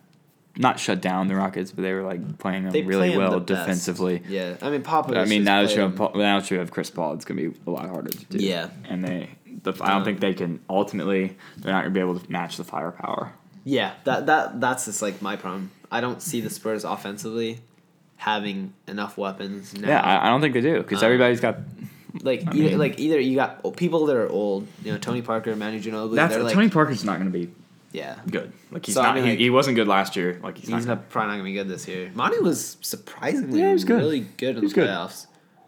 Speaker 1: not shut down the Rockets, but they were like playing them
Speaker 2: they
Speaker 1: really
Speaker 2: play 'em
Speaker 1: well
Speaker 2: the best.
Speaker 1: defensively.
Speaker 2: Yeah, I mean, Popovich.
Speaker 1: But I mean,
Speaker 2: has
Speaker 1: now that
Speaker 2: played
Speaker 1: you have
Speaker 2: 'em-
Speaker 1: Paul, now that you have Chris Paul, it's gonna be a lot harder to do.
Speaker 2: Yeah. Uh,
Speaker 1: and they, the, I don't think they can ultimately. They're not gonna be able to match the firepower.
Speaker 2: Yeah, that that that's just like my problem. I don't see the Spurs offensively having enough weapons now.
Speaker 1: Yeah, I, I don't think they do
Speaker 2: Uh,
Speaker 1: because everybody's got.
Speaker 2: like
Speaker 1: I
Speaker 2: either,
Speaker 1: mean-
Speaker 2: like either you got o- people that are old, you know, Tony Parker, Manu Ginobili.
Speaker 1: That's
Speaker 2: they're like
Speaker 1: Tony Parker's not gonna be
Speaker 2: yeah,
Speaker 1: good. Like he's
Speaker 2: So, I
Speaker 1: not.
Speaker 2: mean,
Speaker 1: he,
Speaker 2: like-
Speaker 1: he wasn't good last year. Like he's,
Speaker 2: He's
Speaker 1: not.
Speaker 2: not, probably not gonna be good this year. Manu was surprisingly
Speaker 1: Yeah, he was good.
Speaker 2: really good in
Speaker 1: He was
Speaker 2: the
Speaker 1: good.
Speaker 2: playoffs.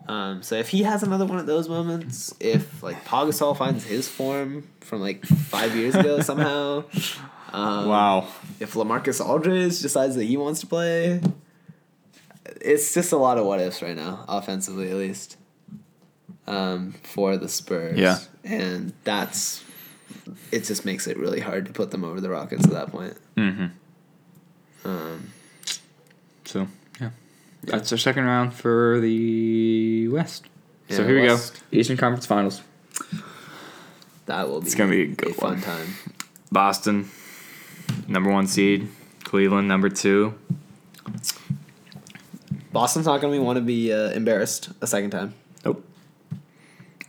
Speaker 2: Um, so if he has another one of those moments, if like Pogasol finds his form from like five
Speaker 1: [LAUGHS]
Speaker 2: years ago somehow, um,
Speaker 1: wow.
Speaker 2: If Lamarcus Aldridge decides that he wants to play, it's just a lot of what ifs right now, offensively at least, um, for the Spurs.
Speaker 1: Yeah.
Speaker 2: and that's it. Just makes it really hard to put them over the Rockets at that point.
Speaker 1: Mm-hmm.
Speaker 2: Um,
Speaker 1: So yeah, that's our second round for the West. so
Speaker 2: Yeah,
Speaker 1: here
Speaker 2: West.
Speaker 1: we go. Eastern Conference Finals.
Speaker 2: That will be.
Speaker 1: It's gonna be a good
Speaker 2: fun
Speaker 1: one.
Speaker 2: time.
Speaker 1: Boston, number one seed. Cleveland, number two.
Speaker 2: Boston's not gonna want to be uh, embarrassed a second time.
Speaker 1: Nope.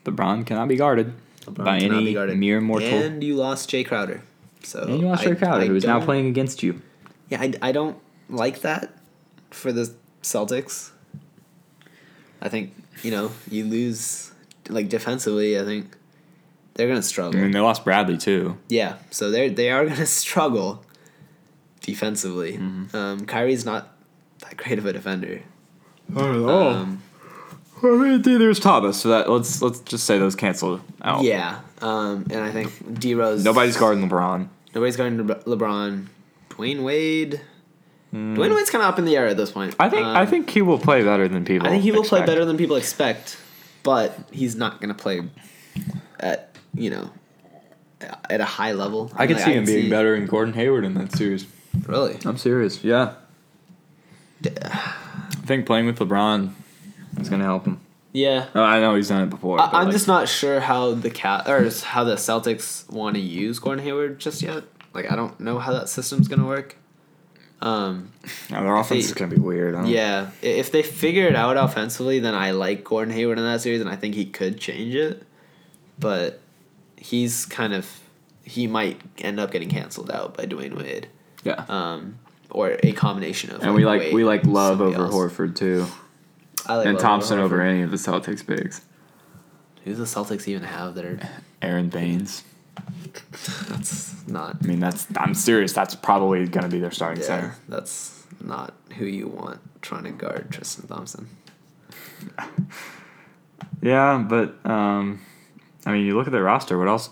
Speaker 1: LeBron cannot be guarded
Speaker 2: LeBron
Speaker 1: by
Speaker 2: cannot
Speaker 1: any
Speaker 2: be guarded.
Speaker 1: mere mortal. And,
Speaker 2: And you lost Jay Crowder. So
Speaker 1: you lost Jay
Speaker 2: I-
Speaker 1: Crowder,
Speaker 2: I
Speaker 1: who is now
Speaker 2: don't-
Speaker 1: playing against you.
Speaker 2: Yeah, I, I don't like that for the Celtics. I think you know you lose like defensively. I think they're gonna
Speaker 1: I mean,
Speaker 2: struggle.
Speaker 1: they lost Bradley too.
Speaker 2: Yeah, so they they are gonna [LAUGHS] struggle defensively.
Speaker 1: Mm-hmm.
Speaker 2: Um, Kyrie's not that great of a defender.
Speaker 1: Oh.
Speaker 2: Um,
Speaker 1: I mean, there's Thomas. So that let's let's just say those canceled out.
Speaker 2: Yeah, um, and I think D Rose.
Speaker 1: Oh. Nobody's guarding LeBron.
Speaker 2: Nobody's guarding Lebr- LeBron. Dwayne Wade. Dwayne Wade's kind of up in the air at this point.
Speaker 1: Hmm. I think I
Speaker 2: Um,
Speaker 1: think he will play better than people.
Speaker 2: I think he will play
Speaker 1: expect.
Speaker 2: better than people expect, but he's not going to play at you know at a high level.
Speaker 1: I could
Speaker 2: Like,
Speaker 1: see him being
Speaker 2: see-
Speaker 1: better than Gordon Hayward in that series.
Speaker 2: Really,
Speaker 1: I'm serious. Yeah. I think playing with LeBron is going to help him.
Speaker 2: yeah.
Speaker 1: Oh, I know he's done it before.
Speaker 2: I,
Speaker 1: but,
Speaker 2: I'm
Speaker 1: like,
Speaker 2: just not sure how the cat or how the Celtics want to use Gordon Hayward just yet. Like I don't know how that system's going to work. Um,
Speaker 1: Yeah, their offense
Speaker 2: they-
Speaker 1: is going to be weird. I don't-
Speaker 2: Yeah, i- if they figure it out offensively, then I like Gordon Hayward in that series, and I think he could change it. But he's kind of he might end up getting canceled out by Dwayne Wade,
Speaker 1: Yeah.
Speaker 2: um, or a combination of.
Speaker 1: and we like
Speaker 2: Wade
Speaker 1: we like
Speaker 2: and
Speaker 1: Love
Speaker 2: somebody
Speaker 1: over
Speaker 2: else.
Speaker 1: Horford too,
Speaker 2: I like
Speaker 1: and
Speaker 2: Love
Speaker 1: Thompson over
Speaker 2: Horford.
Speaker 1: any of the Celtics bigs.
Speaker 2: Who the Celtics even have that are? [LAUGHS]
Speaker 1: Aaron Baines.
Speaker 2: That's not.
Speaker 1: I mean, that's I'm serious. That's probably going to be their starting
Speaker 2: Yeah,
Speaker 1: center.
Speaker 2: that's not who you want trying to guard Tristan Thompson.
Speaker 1: Yeah, but um, I mean, you look at their roster. What else?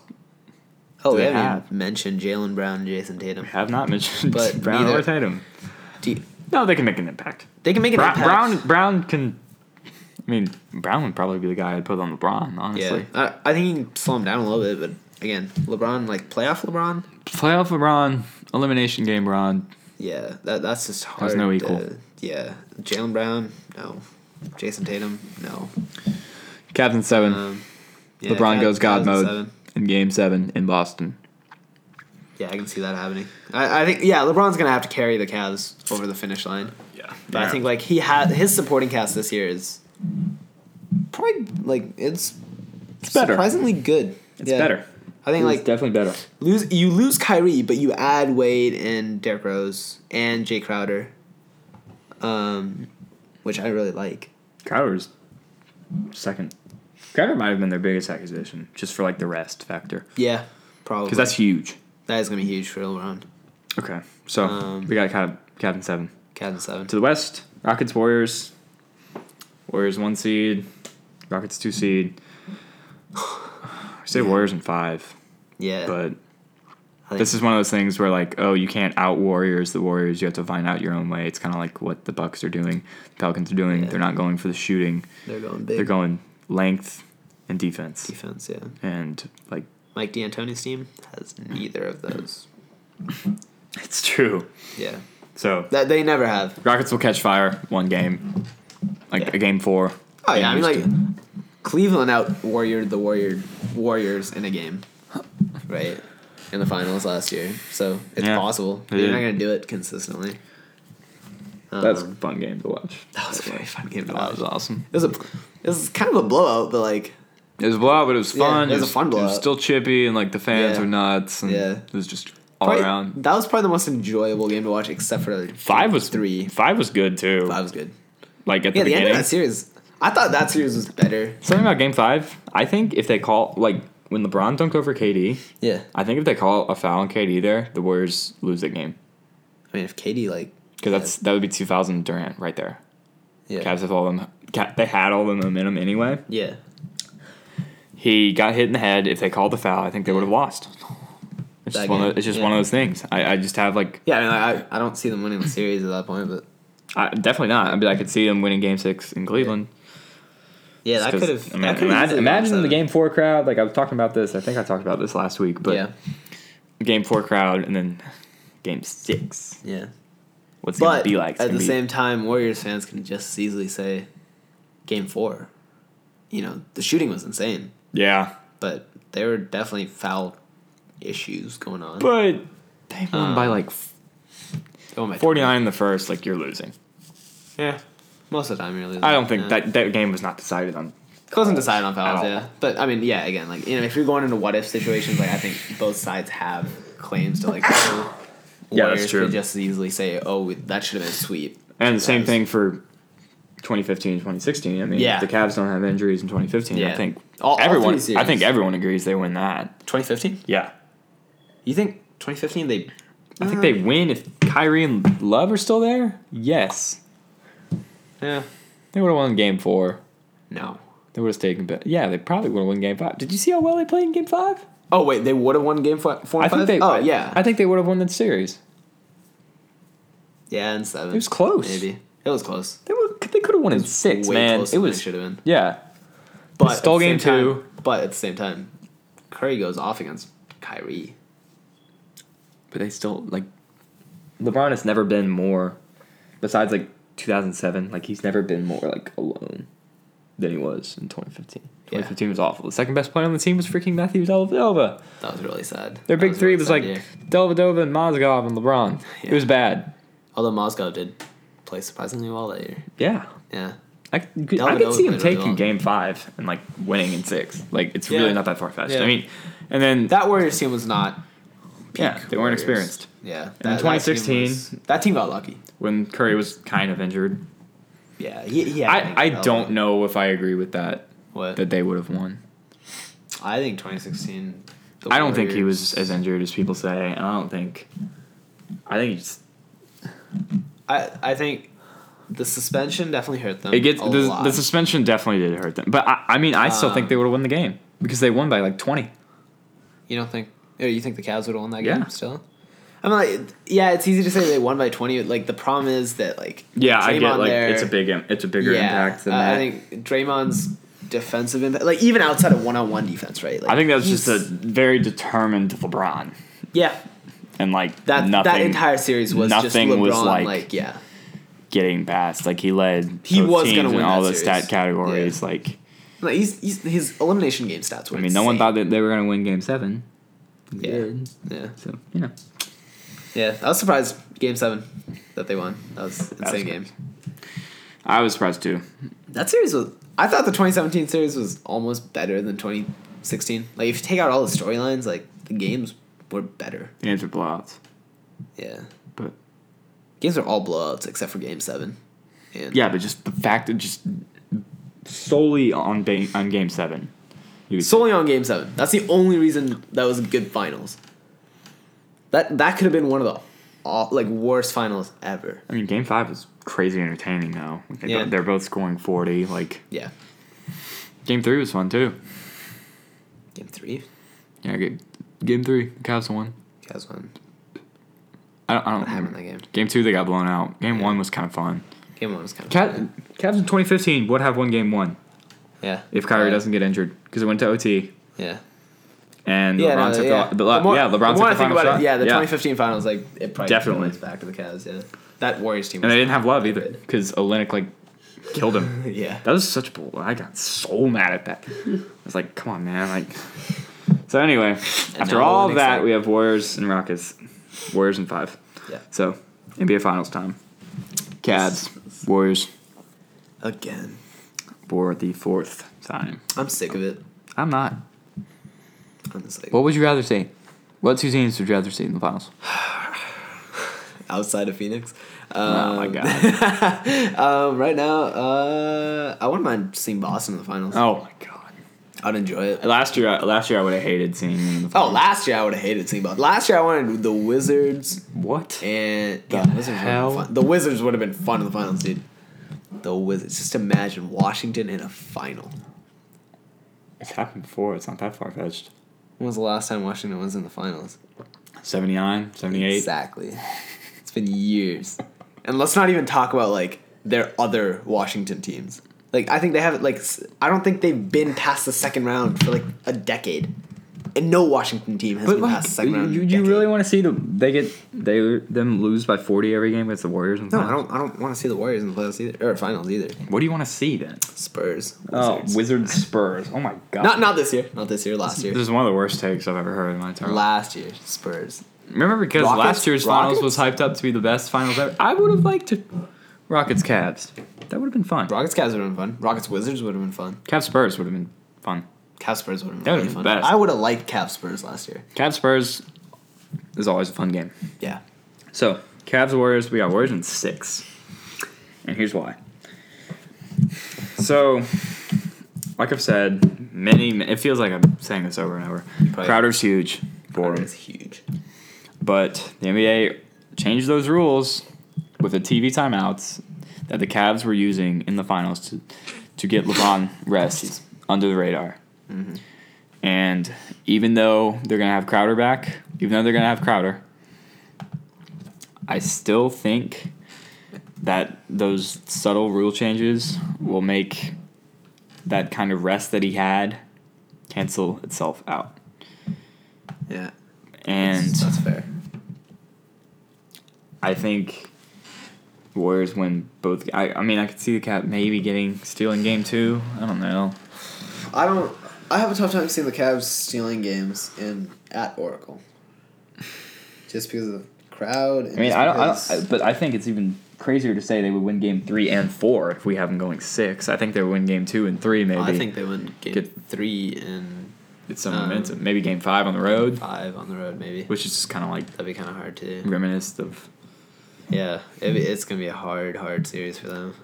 Speaker 2: Oh,
Speaker 1: Do
Speaker 2: we
Speaker 1: they
Speaker 2: haven't
Speaker 1: have?
Speaker 2: even mentioned Jalen Brown, Jason Tatum.
Speaker 1: Have not mentioned
Speaker 2: But
Speaker 1: [LAUGHS] Brown or
Speaker 2: neither-
Speaker 1: Tatum.
Speaker 2: Do you-
Speaker 1: No, they can make an impact.
Speaker 2: they can make an
Speaker 1: Brown, Brown
Speaker 2: impact.
Speaker 1: Brown can. I mean, Brown would probably be the guy I'd put on LeBron. Honestly,
Speaker 2: Yeah, I, I think you can slow him down a little bit, but again, LeBron, like playoff LeBron,
Speaker 1: playoff LeBron, elimination game LeBron.
Speaker 2: yeah, that that's just hard.
Speaker 1: no
Speaker 2: to-
Speaker 1: equal.
Speaker 2: yeah, Jalen Brown, no. Jason Tatum, no.
Speaker 1: Captain seven.
Speaker 2: Um, yeah,
Speaker 1: LeBron
Speaker 2: Cat-
Speaker 1: goes God
Speaker 2: Cat's in
Speaker 1: mode
Speaker 2: seven.
Speaker 1: in Game Seven in Boston.
Speaker 2: Yeah, I can see that happening. I, I think yeah, LeBron's gonna have to carry the Cavs over the finish line,
Speaker 1: Yeah,
Speaker 2: but I think like he had his supporting cast this year is probably like it's,
Speaker 1: it's better.
Speaker 2: surprisingly good.
Speaker 1: It's
Speaker 2: Yeah.
Speaker 1: better.
Speaker 2: I think
Speaker 1: He's
Speaker 2: like
Speaker 1: definitely better.
Speaker 2: lose you lose Kyrie, but you add Wade and Derrick Rose and Jay Crowder, um, which I really like.
Speaker 1: Crowder's second. Crowder might have been their biggest acquisition, just for like the rest factor,
Speaker 2: Yeah, probably
Speaker 1: because that's huge.
Speaker 2: that is gonna be huge for LeBron.
Speaker 1: Okay, so
Speaker 2: Um,
Speaker 1: we got Cap- Captain Seven
Speaker 2: Captain seven.
Speaker 1: to the West. Rockets, Warriors. Warriors one seed. Rockets two seed. I say Warriors in five,
Speaker 2: Yeah,
Speaker 1: but
Speaker 2: I think-
Speaker 1: this is one of those things where like, oh, you can't out Warriors the Warriors. You have to find out your own way. It's kind of like what the Bucks are doing, Pelicans are doing.
Speaker 2: Yeah.
Speaker 1: They're not going for the shooting.
Speaker 2: they're going big.
Speaker 1: They're going length and defense.
Speaker 2: defense. Yeah,
Speaker 1: And like
Speaker 2: Mike D'Antoni's team has neither of those.
Speaker 1: it's true.
Speaker 2: Yeah,
Speaker 1: So
Speaker 2: that they never have.
Speaker 1: Rockets will catch fire one game, like
Speaker 2: Yeah.
Speaker 1: a game four.
Speaker 2: Oh yeah, I mean
Speaker 1: in
Speaker 2: like
Speaker 1: Houston.
Speaker 2: Cleveland out warrior the warrior Warriors in a game, right? In the finals last year, so it's
Speaker 1: Yeah.
Speaker 2: possible.
Speaker 1: They
Speaker 2: You're
Speaker 1: did.
Speaker 2: not gonna do it consistently.
Speaker 1: that's a
Speaker 2: Um,
Speaker 1: fun game to watch.
Speaker 2: that was a very fun game to
Speaker 1: That
Speaker 2: watch.
Speaker 1: was awesome.
Speaker 2: It was a it was kind of a blowout, but like
Speaker 1: It was a blowout, but it was
Speaker 2: Yeah,
Speaker 1: fun.
Speaker 2: it was a fun
Speaker 1: It was
Speaker 2: blowout.
Speaker 1: still chippy, and like the fans
Speaker 2: Yeah.
Speaker 1: were nuts. And
Speaker 2: Yeah.
Speaker 1: it was just all
Speaker 2: probably-
Speaker 1: around.
Speaker 2: that was probably the most enjoyable game to watch, except for
Speaker 1: Five was
Speaker 2: three.
Speaker 1: Five was good too.
Speaker 2: Five was good.
Speaker 1: Like at the
Speaker 2: Yeah, the end
Speaker 1: beginning.
Speaker 2: of that series, I thought that series was better.
Speaker 1: Something about game five. I think if they call like when LeBron dunked over KD,
Speaker 2: Yeah,
Speaker 1: I think if they call a foul on KD there, the Warriors lose that game
Speaker 2: I mean if KD like
Speaker 1: because that's that would be two fouls on Durant right there.
Speaker 2: yeah
Speaker 1: Cavs have all them. They had all the momentum anyway.
Speaker 2: yeah
Speaker 1: he got hit in the head. If they called the foul, I think they would have lost. It's just,
Speaker 2: That
Speaker 1: one of,
Speaker 2: game,
Speaker 1: it's just
Speaker 2: yeah.
Speaker 1: one of those things. I, I just have like
Speaker 2: yeah. I, mean, like, I I don't see them winning the series at that point, but
Speaker 1: I, definitely not. I mean, I could see them winning Game Six in Cleveland.
Speaker 2: yeah,
Speaker 1: Just
Speaker 2: that
Speaker 1: 'cause-
Speaker 2: could have.
Speaker 1: I mean, imagine, imagine the Game Four crowd. Like I was talking about this. I think I talked about this last week. But
Speaker 2: yeah,
Speaker 1: Game Four crowd, and then Game Six.
Speaker 2: yeah.
Speaker 1: What's it gonna
Speaker 2: But
Speaker 1: be like? It's
Speaker 2: at
Speaker 1: gonna
Speaker 2: the
Speaker 1: be-
Speaker 2: same time, Warriors fans can just as easily say, "Game four. You know, the shooting was insane,
Speaker 1: yeah.
Speaker 2: but there were definitely foul issues going on.
Speaker 1: But they won
Speaker 2: Um,
Speaker 1: by like
Speaker 2: oh my
Speaker 1: forty nine in the first. Like you're losing.
Speaker 2: Yeah, most of the time, really.
Speaker 1: I don't think
Speaker 2: yeah.
Speaker 1: that that game was not decided on.
Speaker 2: It wasn't decided on fouls.
Speaker 1: At all.
Speaker 2: Yeah, but I mean, yeah. Again, like you know, if you're going into what if situations, like I think both sides have claims to
Speaker 1: [COUGHS]
Speaker 2: like. oh,
Speaker 1: Yeah, that's
Speaker 2: Warriors
Speaker 1: true.
Speaker 2: could just as easily say, "Oh, we- that should have been a sweep."
Speaker 1: And the same
Speaker 2: Cavs.
Speaker 1: thing for 2015 2016. I mean,
Speaker 2: Yeah.
Speaker 1: if the Cavs don't have injuries in 2015, I
Speaker 2: Yeah.
Speaker 1: think
Speaker 2: All- all
Speaker 1: everyone
Speaker 2: three
Speaker 1: I think
Speaker 2: series.
Speaker 1: everyone agrees they win that.
Speaker 2: 2015.
Speaker 1: Yeah.
Speaker 2: You think 2015 they?
Speaker 1: I think they win if Kyrie and Love are still there. Yes.
Speaker 2: Yeah.
Speaker 1: They would have won game 4.
Speaker 2: No.
Speaker 1: They would have stayed in bed. Yeah, they probably would have won game 5. Did you see how well they played in game 5?
Speaker 2: Oh wait, they would have won game fi- four.
Speaker 1: I
Speaker 2: And
Speaker 1: think
Speaker 2: five?
Speaker 1: they
Speaker 2: Oh yeah.
Speaker 1: I think they would have won that series.
Speaker 2: yeah, and seven.
Speaker 1: It was close.
Speaker 2: Maybe it was close.
Speaker 1: They would they could have won in 6,
Speaker 2: Way
Speaker 1: man.
Speaker 2: closer
Speaker 1: It
Speaker 2: than
Speaker 1: was
Speaker 2: should have been.
Speaker 1: Yeah.
Speaker 2: But
Speaker 1: Stole
Speaker 2: at the
Speaker 1: game
Speaker 2: same time-
Speaker 1: two.
Speaker 2: But at the same time, Curry goes off against Kyrie.
Speaker 1: But they still like LeBron has never been more besides like 2007, like he's never been more like alone than he was in 2015.
Speaker 2: Yeah.
Speaker 1: 2015 was awful. The second best player on the team was freaking Matthews Dellavedova.
Speaker 2: That was really sad.
Speaker 1: Their
Speaker 2: That
Speaker 1: big
Speaker 2: was
Speaker 1: three
Speaker 2: really
Speaker 1: was
Speaker 2: sad
Speaker 1: like
Speaker 2: year.
Speaker 1: Dellavedova and Mozgov and LeBron. It
Speaker 2: Yeah.
Speaker 1: was bad.
Speaker 2: Although Moscow did play surprisingly well that year.
Speaker 1: Yeah.
Speaker 2: Yeah.
Speaker 1: I, you could, I could
Speaker 2: Dellavedova
Speaker 1: see him
Speaker 2: played really
Speaker 1: taking
Speaker 2: well.
Speaker 1: game five and like winning in six. Like it's
Speaker 2: Yeah.
Speaker 1: really not that far fetched.
Speaker 2: Yeah.
Speaker 1: I mean, and then
Speaker 2: That Warriors team was not.
Speaker 1: yeah, they weren't
Speaker 2: Warriors.
Speaker 1: experienced in
Speaker 2: Yeah. that- that team
Speaker 1: 2016
Speaker 2: was- that team got lucky.
Speaker 1: when Curry was kind of injured.
Speaker 2: Yeah. He, he had an
Speaker 1: I, I
Speaker 2: incredible-
Speaker 1: don't know if I agree with that.
Speaker 2: What?
Speaker 1: that they would have won.
Speaker 2: I think 2016. the
Speaker 1: I don't think he was
Speaker 2: Warriors-
Speaker 1: as injured as people say. and I don't think. I think he just,
Speaker 2: I I think the suspension definitely hurt them.
Speaker 1: it gets
Speaker 2: a
Speaker 1: the,
Speaker 2: lot. Uh.
Speaker 1: the suspension definitely did hurt them, but I, I mean I still think they would have won the game because they won by like twenty.
Speaker 2: you don't think? Or you think the Cavs would have won that
Speaker 1: Yeah.
Speaker 2: game still? I mean, like, yeah, it's easy to say they won by 20. but, Like the problem is that like
Speaker 1: Yeah, I get
Speaker 2: Draymond
Speaker 1: like
Speaker 2: there-
Speaker 1: it's a big im- it's a bigger impact than
Speaker 2: uh,
Speaker 1: that.
Speaker 2: I think Draymond's defensive impact, like even outside of one-on-one defense, right? Like,
Speaker 1: I think that was just a
Speaker 2: he's-
Speaker 1: very determined LeBron
Speaker 2: yeah.
Speaker 1: and like
Speaker 2: That
Speaker 1: nothing
Speaker 2: that entire series was just
Speaker 1: nothing
Speaker 2: LeBron.
Speaker 1: was, like-
Speaker 2: like, yeah,
Speaker 1: getting past. Like he led
Speaker 2: He
Speaker 1: both
Speaker 2: was
Speaker 1: teams
Speaker 2: gonna
Speaker 1: in
Speaker 2: win
Speaker 1: all
Speaker 2: that
Speaker 1: the
Speaker 2: series.
Speaker 1: stat categories. Like
Speaker 2: like he's, he's his elimination game stats were.
Speaker 1: I mean, no one
Speaker 2: insane.
Speaker 1: thought that they were gonna win Game Seven. They
Speaker 2: Yeah.
Speaker 1: did.
Speaker 2: Yeah,
Speaker 1: So you know
Speaker 2: yeah. I was surprised. Game seven, that they won. That was insane
Speaker 1: was
Speaker 2: game.
Speaker 1: I was surprised too.
Speaker 2: That series was. I thought the 2017 series was almost better than 20 16. Like if you take out all the storylines, like the games were better.
Speaker 1: The games are blowouts,
Speaker 2: Yeah.
Speaker 1: but
Speaker 2: Games are all blowouts except for game 7. And
Speaker 1: yeah, but just the fact that just solely on ba- on game seven, you could-
Speaker 2: solely on game 7. That's the only reason that was a good finals. That that could have been one of the all, like worst finals ever.
Speaker 1: I mean, game five was crazy entertaining though. Like, they
Speaker 2: Yeah.
Speaker 1: bo- they're both scoring forty. Like
Speaker 2: Yeah.
Speaker 1: game three was fun too.
Speaker 2: Game 3.
Speaker 1: Yeah, game, game three, the Cavs won.
Speaker 2: Cavs won.
Speaker 1: I don't. I
Speaker 2: What
Speaker 1: don't
Speaker 2: happened in that game?
Speaker 1: Game two, they got blown out. Game one was kind of fun.
Speaker 2: Game 1 was kind of
Speaker 1: Cavs in 2015 would have won game one
Speaker 2: Yeah.
Speaker 1: if Kyrie
Speaker 2: Yeah.
Speaker 1: doesn't get injured because it went to OT
Speaker 2: Yeah.
Speaker 1: and
Speaker 2: Yeah,
Speaker 1: LeBron
Speaker 2: no,
Speaker 1: took
Speaker 2: yeah.
Speaker 1: the, the, la-
Speaker 2: more-
Speaker 1: yeah LeBron
Speaker 2: the more
Speaker 1: took the
Speaker 2: I think
Speaker 1: final
Speaker 2: about
Speaker 1: shot.
Speaker 2: It, yeah, the 2015 finals, like it probably
Speaker 1: Definitely.
Speaker 2: goes back to the Cavs. Yeah, that Warriors team.
Speaker 1: and they
Speaker 2: was-
Speaker 1: didn't have love either because Olenek like killed him.
Speaker 2: [LAUGHS] yeah,
Speaker 1: That was such bull. I got so mad at that. I was like, come on, man. Like, so anyway, after
Speaker 2: now
Speaker 1: all
Speaker 2: Lennox
Speaker 1: that,
Speaker 2: out.
Speaker 1: we have Warriors and Rockets, Warriors and five.
Speaker 2: yeah.
Speaker 1: So NBA Finals time. Cavs, Warriors
Speaker 2: Again,
Speaker 1: for the fourth time.
Speaker 2: I'm sick of it.
Speaker 1: I'm not.
Speaker 2: I'm just like
Speaker 1: What would you rather see? What two teams would you rather see in the finals?
Speaker 2: outside of Phoenix. Um,
Speaker 1: oh my god.
Speaker 2: um, right now, uh, I wouldn't mind seeing Boston in the
Speaker 1: [LAUGHS]
Speaker 2: finals.
Speaker 1: oh my god.
Speaker 2: I'd enjoy it.
Speaker 1: Last year, I- last year I would have hated seeing them in the
Speaker 2: Oh, last year I would have hated seeing Boston. Last year I wanted the Wizards
Speaker 1: [LAUGHS] What?
Speaker 2: and
Speaker 1: The
Speaker 2: yeah, the Wizards. would've been
Speaker 1: hell?
Speaker 2: fun. The Wizards would have been fun in the finals, dude. The Wizards. Just imagine Washington in a final.
Speaker 1: It's happened before. It's not that far fetched.
Speaker 2: When was the last time Washington was in the finals?
Speaker 1: 79, 78.
Speaker 2: Exactly. [LAUGHS] It's been years. And let's not even talk about like their other Washington teams. Like I think they haven't like s- I don't think they've been past the second round for like a decade. And no Washington team has
Speaker 1: But
Speaker 2: been
Speaker 1: like,
Speaker 2: past the second
Speaker 1: you,
Speaker 2: round. in
Speaker 1: you
Speaker 2: a
Speaker 1: you
Speaker 2: decade.
Speaker 1: really want to see them? They get they them lose by forty every game against the Warriors. in the
Speaker 2: No, I
Speaker 1: finals?
Speaker 2: don't I don't want to see the Warriors in the playoffs either or finals either.
Speaker 1: What do you want to see then?
Speaker 2: Spurs.
Speaker 1: Oh, Wizards Spurs. Oh my god.
Speaker 2: Not not this year. Not this year, last
Speaker 1: This
Speaker 2: year.
Speaker 1: is one of the worst takes I've ever heard in my entire life.
Speaker 2: Last year, Spurs.
Speaker 1: Remember because
Speaker 2: Rockets?
Speaker 1: last year's finals was hyped up to be the best finals ever. I would have liked to Rockets Cavs. That would have been fun.
Speaker 2: Rockets Cavs would have been fun. Rockets Wizards would have been fun.
Speaker 1: Cavs Spurs would have been fun.
Speaker 2: Cavs Spurs would have
Speaker 1: That
Speaker 2: been
Speaker 1: would've been
Speaker 2: really fun.
Speaker 1: best.
Speaker 2: I would have liked Cavs Spurs last year.
Speaker 1: Cavs Spurs is always a fun game.
Speaker 2: Yeah.
Speaker 1: So Cavs Warriors, we got Warriors in six, and here's why. So, like I've said, many. It feels like I'm saying this over and over.
Speaker 2: probably-
Speaker 1: Crowder's huge for him,
Speaker 2: It's huge.
Speaker 1: but the NBA changed those rules with the TV timeouts that the Cavs were using in the finals to to get LeBron rest under the radar.
Speaker 2: Mm-hmm.
Speaker 1: And even though they're gonna have Crowder back, even though they're gonna have Crowder, I still think that those subtle rule changes will make that kind of rest that he had cancel itself out.
Speaker 2: Yeah.
Speaker 1: And
Speaker 2: that's fair.
Speaker 1: I think Warriors win both. I, I mean, I could see the Cap maybe getting stealing game two. I don't know.
Speaker 2: I don't. I have a tough time seeing the Cavs stealing games in at Oracle, just because of the crowd. And
Speaker 1: I mean,
Speaker 2: just
Speaker 1: I don't, I
Speaker 2: because-
Speaker 1: don't. I- But I think it's even crazier to say they would win game three and four if we have them going six. I think they would win game two and three maybe.
Speaker 2: I think they win game
Speaker 1: Get-
Speaker 2: three and
Speaker 1: it's some
Speaker 2: um,
Speaker 1: momentum. Maybe game five on the road,
Speaker 2: five on the road. Maybe
Speaker 1: which is just kind of like
Speaker 2: that'd be kind of hard too.
Speaker 1: reminiscent of
Speaker 2: Yeah, it, it's gonna be a hard, hard series for them.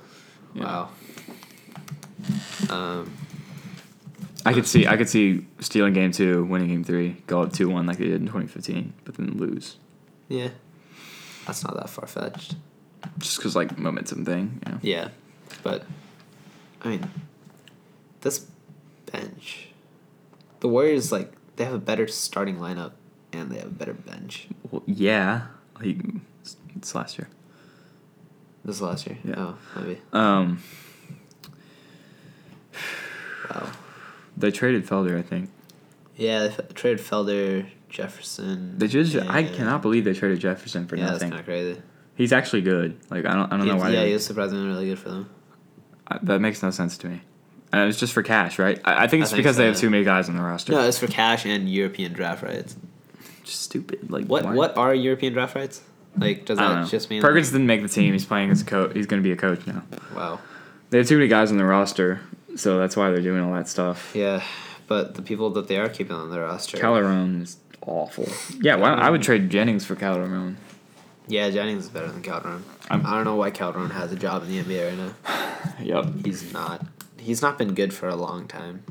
Speaker 1: Yeah.
Speaker 2: Wow. Um,
Speaker 1: I could see I could see stealing game two, winning game three, go up two one like they did in twenty fifteen, but then lose
Speaker 2: yeah, that's not that far fetched.
Speaker 1: just because like momentum thing. You know?
Speaker 2: Yeah, but I mean, this bench, the Warriors like they have a better starting lineup and they have a better bench.
Speaker 1: Well, yeah, like it's- it's last year.
Speaker 2: This is last year.
Speaker 1: Yeah.
Speaker 2: Oh, maybe.
Speaker 1: Um,
Speaker 2: Wow.
Speaker 1: they traded Felder, I think.
Speaker 2: Yeah, they f- traded Felder, Jefferson.
Speaker 1: They just I
Speaker 2: and-
Speaker 1: cannot believe they traded Jefferson for
Speaker 2: Yeah, that's
Speaker 1: nothing.
Speaker 2: kind of crazy.
Speaker 1: He's actually good. Like I don't I don't know
Speaker 2: He-
Speaker 1: why.
Speaker 2: yeah,
Speaker 1: they,
Speaker 2: he was surprisingly really good for them.
Speaker 1: I- that makes no sense to me. And it's just for cash, right? I, I think
Speaker 2: I
Speaker 1: it's
Speaker 2: think
Speaker 1: because
Speaker 2: so,
Speaker 1: they have
Speaker 2: yeah.
Speaker 1: too many guys on the roster.
Speaker 2: No, it's for cash and European draft rights.
Speaker 1: Just stupid. Like
Speaker 2: What
Speaker 1: why-
Speaker 2: what are European draft rights? Like, does
Speaker 1: I don't
Speaker 2: that
Speaker 1: know.
Speaker 2: just mean?
Speaker 1: Perkins didn't make the team. He's playing as a coach. He's going to be a coach now.
Speaker 2: like- wow.
Speaker 1: They have too many guys on the roster, so that's why they're doing all that stuff.
Speaker 2: Yeah, but the people that they are keeping on their roster.
Speaker 1: Calderon is awful. Yeah, why I would trade Jennings for Calderon.
Speaker 2: yeah, Jennings is better than Calderon.
Speaker 1: I'm-
Speaker 2: I don't know why Calderon has a job in the NBA right now.
Speaker 1: Yep.
Speaker 2: He's not. He's not been good for a long time.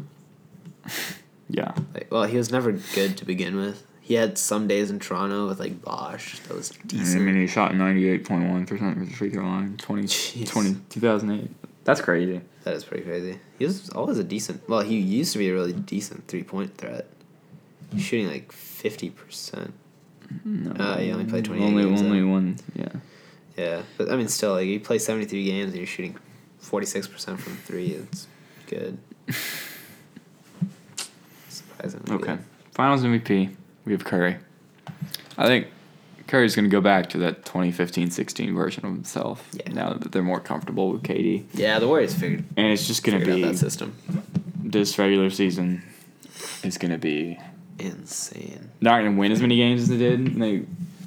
Speaker 1: Yeah.
Speaker 2: Like, well, he was never good to begin with. He had some days in Toronto with like Bosch that was
Speaker 1: I mean,
Speaker 2: decent.
Speaker 1: he shot 98.1% from the free throw line, 20,
Speaker 2: Jeez.
Speaker 1: 20 2008. That's crazy.
Speaker 2: That is pretty crazy. He was always a decent. Well, he used to be a really decent three point threat, shooting like fifty percent.
Speaker 1: No.
Speaker 2: Uh, he only played 28
Speaker 1: Only,
Speaker 2: games,
Speaker 1: only
Speaker 2: though.
Speaker 1: one, yeah.
Speaker 2: Yeah, but I mean, still, like you play seventy three games and you're shooting forty six percent from three. It's
Speaker 1: [LAUGHS]
Speaker 2: good. Surprisingly.
Speaker 1: Okay.
Speaker 2: good.
Speaker 1: Finals MVP. We have Curry. I think Curry's going to go back to that 2015-16 version of himself
Speaker 2: Yeah.
Speaker 1: now that they're more comfortable with KD.
Speaker 2: Yeah, the Warriors figured,
Speaker 1: And it's just going to
Speaker 2: figured out
Speaker 1: be
Speaker 2: that system.
Speaker 1: this regular season is going to be
Speaker 2: Insane.
Speaker 1: not going to win as many games as they did. And they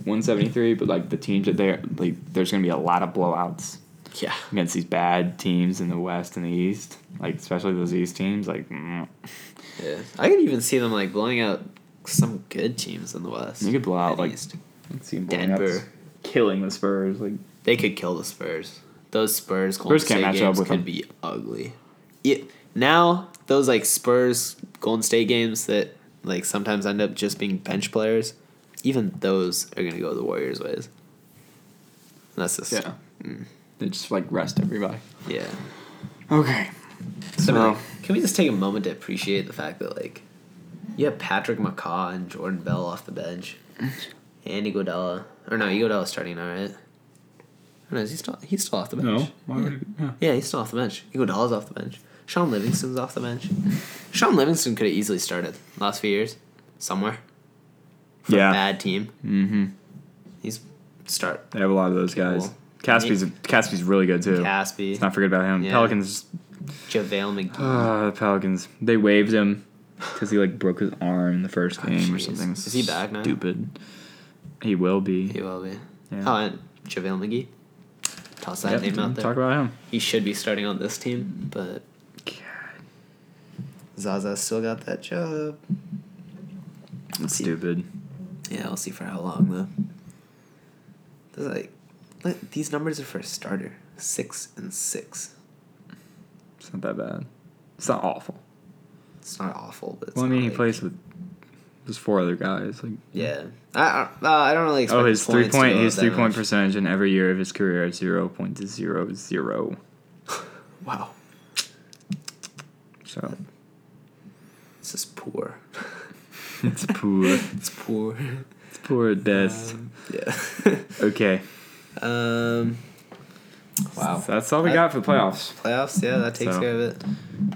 Speaker 1: 173, but like the teams that they're like there's going to be a lot of blowouts
Speaker 2: Yeah.
Speaker 1: against these bad teams in the West and the East, like especially those East teams like mm,
Speaker 2: Yeah. I could even see them like blowing out some good teams in the West.
Speaker 1: You could blow out,
Speaker 2: and
Speaker 1: like,
Speaker 2: East.
Speaker 1: let's see,
Speaker 2: Denver.
Speaker 1: killing the Spurs like
Speaker 2: They could kill the Spurs. Those Spurs Golden
Speaker 1: Spurs can't
Speaker 2: State
Speaker 1: match up
Speaker 2: games
Speaker 1: with
Speaker 2: could
Speaker 1: them.
Speaker 2: be ugly. Yeah. Now those like Spurs Golden State games that like sometimes end up just being bench players, even those are gonna go the Warriors' ways. And that's just
Speaker 1: Yeah. mm, They just like rest everybody.
Speaker 2: yeah.
Speaker 1: Okay.
Speaker 2: So,
Speaker 1: So-
Speaker 2: like, can we just take a moment to appreciate the fact that like you have Patrick McCaw and Jordan Bell off the bench, and Iguodala or no Iguodala starting all right. No, is he still he's still off the bench? Yeah, he's still off the bench. Iguodala's off the bench. Sean Livingston's off the bench. Sean Livingston could have easily started last few years somewhere. For
Speaker 1: Yeah.
Speaker 2: a bad team.
Speaker 1: Mm-hmm.
Speaker 2: He's start
Speaker 1: They have a lot of those guys.
Speaker 2: Cool.
Speaker 1: Caspi's Caspi's really good too.
Speaker 2: Caspi,
Speaker 1: Let's not forget about him.
Speaker 2: Yeah.
Speaker 1: Pelicans.
Speaker 2: JaVale McGee.
Speaker 1: Uh, Pelicans. They waived him because he like broke his arm in the first
Speaker 2: Oh,
Speaker 1: game or
Speaker 2: jeez.
Speaker 1: something.
Speaker 2: Is he back now?
Speaker 1: Stupid. He will be.
Speaker 2: he will be.
Speaker 1: Yeah.
Speaker 2: Oh, and JaVale McGee. Toss that
Speaker 1: Yep,
Speaker 2: name out there.
Speaker 1: Talk about him.
Speaker 2: he should be starting on this team, but Zaza still got that job.
Speaker 1: That's
Speaker 2: see.
Speaker 1: stupid.
Speaker 2: Yeah, we'll see for how long though. This is like, look, these numbers are for a starter. Six and six.
Speaker 1: It's not that bad. It's not awful.
Speaker 2: It's not awful, but it's
Speaker 1: well, I
Speaker 2: not,
Speaker 1: mean, he
Speaker 2: like-
Speaker 1: plays with there's four other guys. Like
Speaker 2: Yeah, I I- uh, I don't really. Expect
Speaker 1: oh, his three
Speaker 2: points to
Speaker 1: point
Speaker 2: go
Speaker 1: his
Speaker 2: up that
Speaker 1: three point
Speaker 2: much.
Speaker 1: percentage in every year of his career is zero point zero zero.
Speaker 2: Wow, [LAUGHS]
Speaker 1: So
Speaker 2: this is poor.
Speaker 1: it's poor.
Speaker 2: [LAUGHS] It's poor.
Speaker 1: It's poor at best.
Speaker 2: Um, yeah. [LAUGHS]
Speaker 1: okay.
Speaker 2: um. Wow.
Speaker 1: So that's all we
Speaker 2: I-
Speaker 1: got for the playoffs.
Speaker 2: Playoffs, yeah, that takes
Speaker 1: So-
Speaker 2: care of it.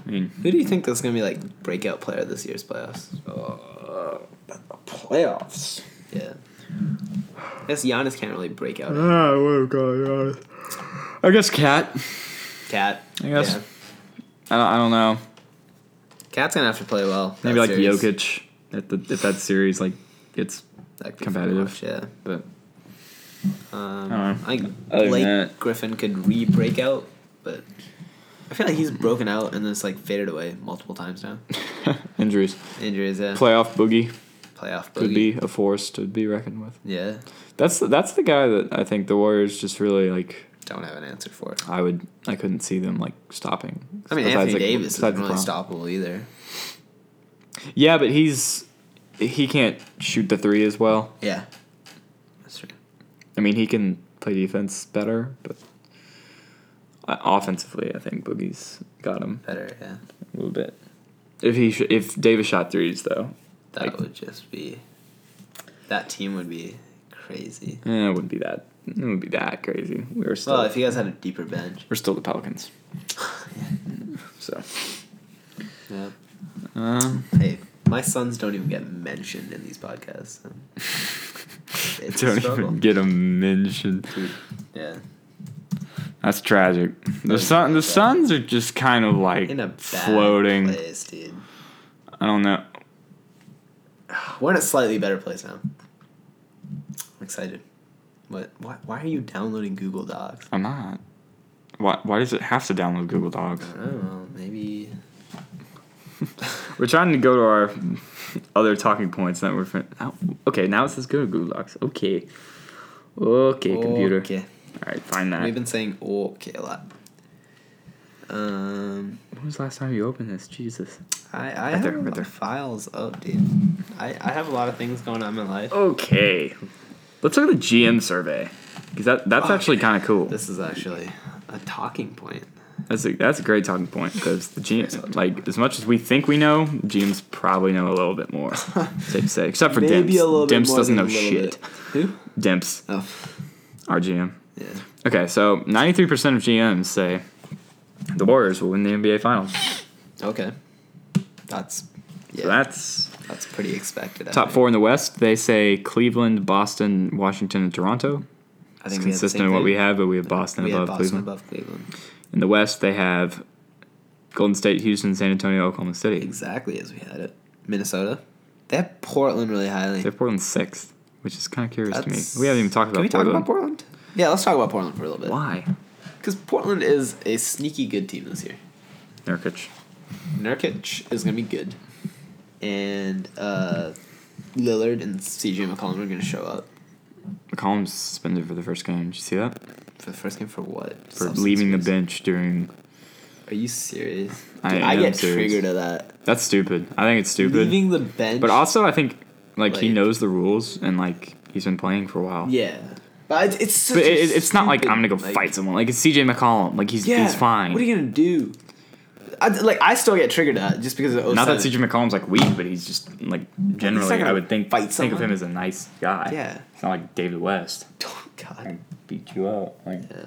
Speaker 1: I mean,
Speaker 2: Who do you think that's gonna be like breakout player of this year's playoffs?
Speaker 1: playoffs.
Speaker 2: Yeah. I guess Giannis can't really break out.
Speaker 1: Ah, oh god. I guess Cat.
Speaker 2: Cat.
Speaker 1: I guess.
Speaker 2: Yeah.
Speaker 1: I don't, I don't know.
Speaker 2: Cat's gonna have to play well.
Speaker 1: Maybe
Speaker 2: that
Speaker 1: like
Speaker 2: series.
Speaker 1: Jokic at the if that series like gets
Speaker 2: That could be
Speaker 1: competitive.
Speaker 2: fun to watch,
Speaker 1: but
Speaker 2: [LAUGHS]
Speaker 1: [LAUGHS]
Speaker 2: yeah. Um,
Speaker 1: I don't know.
Speaker 2: I think
Speaker 1: Other than
Speaker 2: Blake
Speaker 1: that-
Speaker 2: Griffin could re break out, but I feel like he's broken out and it's like faded away multiple times now.
Speaker 1: injuries.
Speaker 2: Injuries, yeah.
Speaker 1: Playoff boogie
Speaker 2: Playoff
Speaker 1: could
Speaker 2: boogie.
Speaker 1: be a force to be reckoned with.
Speaker 2: Yeah.
Speaker 1: That's the, that's the guy that I think the Warriors just really like.
Speaker 2: Don't have an answer for it.
Speaker 1: I would I couldn't see them like stopping.
Speaker 2: I mean,
Speaker 1: Besides,
Speaker 2: Anthony
Speaker 1: like,
Speaker 2: Davis
Speaker 1: besides
Speaker 2: isn't really
Speaker 1: LeBron.
Speaker 2: stoppable either.
Speaker 1: Yeah, but he's he can't shoot the three as well.
Speaker 2: Yeah. That's true.
Speaker 1: I mean, he can play defense better, but uh, offensively, I think Boogie's got him
Speaker 2: Better, yeah.
Speaker 1: a little bit. If he sh- if Davis shot threes though,
Speaker 2: That
Speaker 1: Like-
Speaker 2: would just be. That team would be crazy.
Speaker 1: eh, it wouldn't be that it wouldn't be that crazy. We were still
Speaker 2: Well, if you guys had a
Speaker 1: [LAUGHS]
Speaker 2: deeper bench.
Speaker 1: we're still the Pelicans. so
Speaker 2: Yeah.
Speaker 1: um,
Speaker 2: Hey, my sons don't even get mentioned in these podcasts.
Speaker 1: [LAUGHS]
Speaker 2: so It's a
Speaker 1: don't
Speaker 2: struggle.
Speaker 1: even get a mention.
Speaker 2: yeah,
Speaker 1: That's tragic. The
Speaker 2: That's
Speaker 1: sun the
Speaker 2: tragic.
Speaker 1: Suns are just kind of like
Speaker 2: in a bad
Speaker 1: floating.
Speaker 2: place, dude. [SIGHS]
Speaker 1: I don't know.
Speaker 2: We're in a slightly better place now. I'm excited. What? Why, why are you downloading Google Docs?
Speaker 1: I'm not. Why, why does it have to download Google Docs?
Speaker 2: [LAUGHS] I don't know. Maybe
Speaker 1: We're trying to go to our other talking points that we're. Fin- Ow. okay, now it says go to Google Docs. Okay. Okay, computer.
Speaker 2: Okay.
Speaker 1: All right, find that.
Speaker 2: We've been saying okay a lot. Um,
Speaker 1: When was the last time you opened this? Jesus.
Speaker 2: I, I
Speaker 1: Right
Speaker 2: have
Speaker 1: there,
Speaker 2: a
Speaker 1: right
Speaker 2: lot
Speaker 1: there.
Speaker 2: of files up, dude. I, I have a lot of things going on in my life.
Speaker 1: Oh, Okay. Let's look at the GM survey. Because that, that's actually kind of cool.
Speaker 2: This is actually a talking point.
Speaker 1: That's a, that's a great talking point because the GM, like as much as we think we know, GMs probably know a little bit
Speaker 2: [LAUGHS]
Speaker 1: more. [LAUGHS] safe to say, except for Demps. Demps doesn't know
Speaker 2: than a little
Speaker 1: shit.
Speaker 2: bit. Who?
Speaker 1: Demps,
Speaker 2: Oh,
Speaker 1: our GM.
Speaker 2: yeah.
Speaker 1: Okay, so 93% of GMs say the Warriors will win the NBA Finals.
Speaker 2: Okay. That's yeah.
Speaker 1: So that's
Speaker 2: that's pretty expected. I
Speaker 1: top
Speaker 2: think.
Speaker 1: four in the West. They say Cleveland, Boston, Washington, and Toronto.
Speaker 2: I
Speaker 1: It's
Speaker 2: we had the
Speaker 1: consistent
Speaker 2: same
Speaker 1: with what
Speaker 2: thing.
Speaker 1: we have, but we have Boston
Speaker 2: We had
Speaker 1: above
Speaker 2: Boston
Speaker 1: Cleveland.
Speaker 2: above Cleveland.
Speaker 1: In the West, they have Golden State, Houston, San Antonio, Oklahoma City.
Speaker 2: Exactly as we had it. Minnesota. They have Portland really highly.
Speaker 1: They have Portland sixth, which is kind of curious
Speaker 2: That's-
Speaker 1: to me. We haven't even talked about
Speaker 2: Can we
Speaker 1: Portland.
Speaker 2: talk about Portland? Yeah, let's talk about Portland for a little bit.
Speaker 1: Why?
Speaker 2: Because Portland is a sneaky good team this year.
Speaker 1: Nurkic.
Speaker 2: Nurkic is going to be good. And uh, Lillard and CJ McCollum are going to show up
Speaker 1: McCollum's suspended for the first game. Did you see that?
Speaker 2: for the first game for what?
Speaker 1: For
Speaker 2: Substance
Speaker 1: leaving the
Speaker 2: abuse.
Speaker 1: bench during.
Speaker 2: Are you serious? Dude,
Speaker 1: I
Speaker 2: I,
Speaker 1: am
Speaker 2: get
Speaker 1: serious.
Speaker 2: triggered at that.
Speaker 1: That's stupid. I think it's stupid.
Speaker 2: Leaving the bench.
Speaker 1: but also, I think like, he
Speaker 2: Like-
Speaker 1: knows the rules and like he's been playing for a while.
Speaker 2: Yeah. But it's, it's such
Speaker 1: But
Speaker 2: a
Speaker 1: it, it's not like
Speaker 2: stupid,
Speaker 1: I'm gonna go
Speaker 2: like-
Speaker 1: fight someone. Like it's CJ McCollum. Like he's he's fine.
Speaker 2: What are you gonna do? I, like I still get triggered at it just because of 07.
Speaker 1: not that CJ McCollum's like weak, but he's just like generally
Speaker 2: gonna
Speaker 1: I would think
Speaker 2: fight
Speaker 1: think of
Speaker 2: someone.
Speaker 1: him as a nice guy.
Speaker 2: Yeah.
Speaker 1: It's not like David West.
Speaker 2: Oh, [LAUGHS] God.
Speaker 1: Like, beat you up. Like
Speaker 2: Yeah.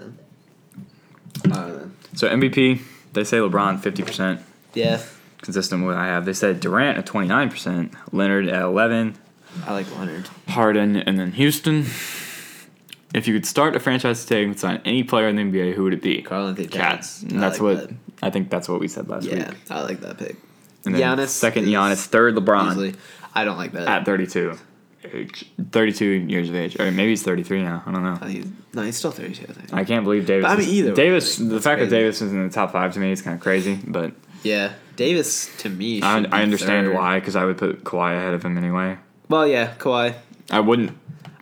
Speaker 2: I don't know.
Speaker 1: So MVP, they say LeBron fifty percent.
Speaker 2: Yeah.
Speaker 1: consistent with what I have. They said Durant at 29%, Leonard at 11,
Speaker 2: I like Leonard.
Speaker 1: Harden, and then Houston. If you could start a franchise today and sign any player in the NBA, who would it be?
Speaker 2: Carl Anthony
Speaker 1: Cats.
Speaker 2: Towns.
Speaker 1: And
Speaker 2: I
Speaker 1: that's
Speaker 2: like
Speaker 1: what
Speaker 2: that.
Speaker 1: I think that's what we said last
Speaker 2: Yeah,
Speaker 1: week.
Speaker 2: I like that pick.
Speaker 1: And then
Speaker 2: Giannis
Speaker 1: second
Speaker 2: is
Speaker 1: Giannis, third LeBron
Speaker 2: Easily. I don't like that.
Speaker 1: at 32. Age- 32 years of age, or maybe he's 33 now. I don't
Speaker 2: I
Speaker 1: know.
Speaker 2: think he's, no, he's still 32, I think.
Speaker 1: I can't believe Davis.
Speaker 2: But I mean,
Speaker 1: is-
Speaker 2: either way,
Speaker 1: Davis.
Speaker 2: like,
Speaker 1: the
Speaker 2: that's
Speaker 1: fact that
Speaker 2: crazy.
Speaker 1: Davis is in the top five to me is kind of crazy, but
Speaker 2: Yeah. Davis, to me,
Speaker 1: I,
Speaker 2: should be
Speaker 1: I understand
Speaker 2: third.
Speaker 1: why because I would put Kawhi ahead of him anyway.
Speaker 2: Well, yeah, Kawhi.
Speaker 1: I wouldn't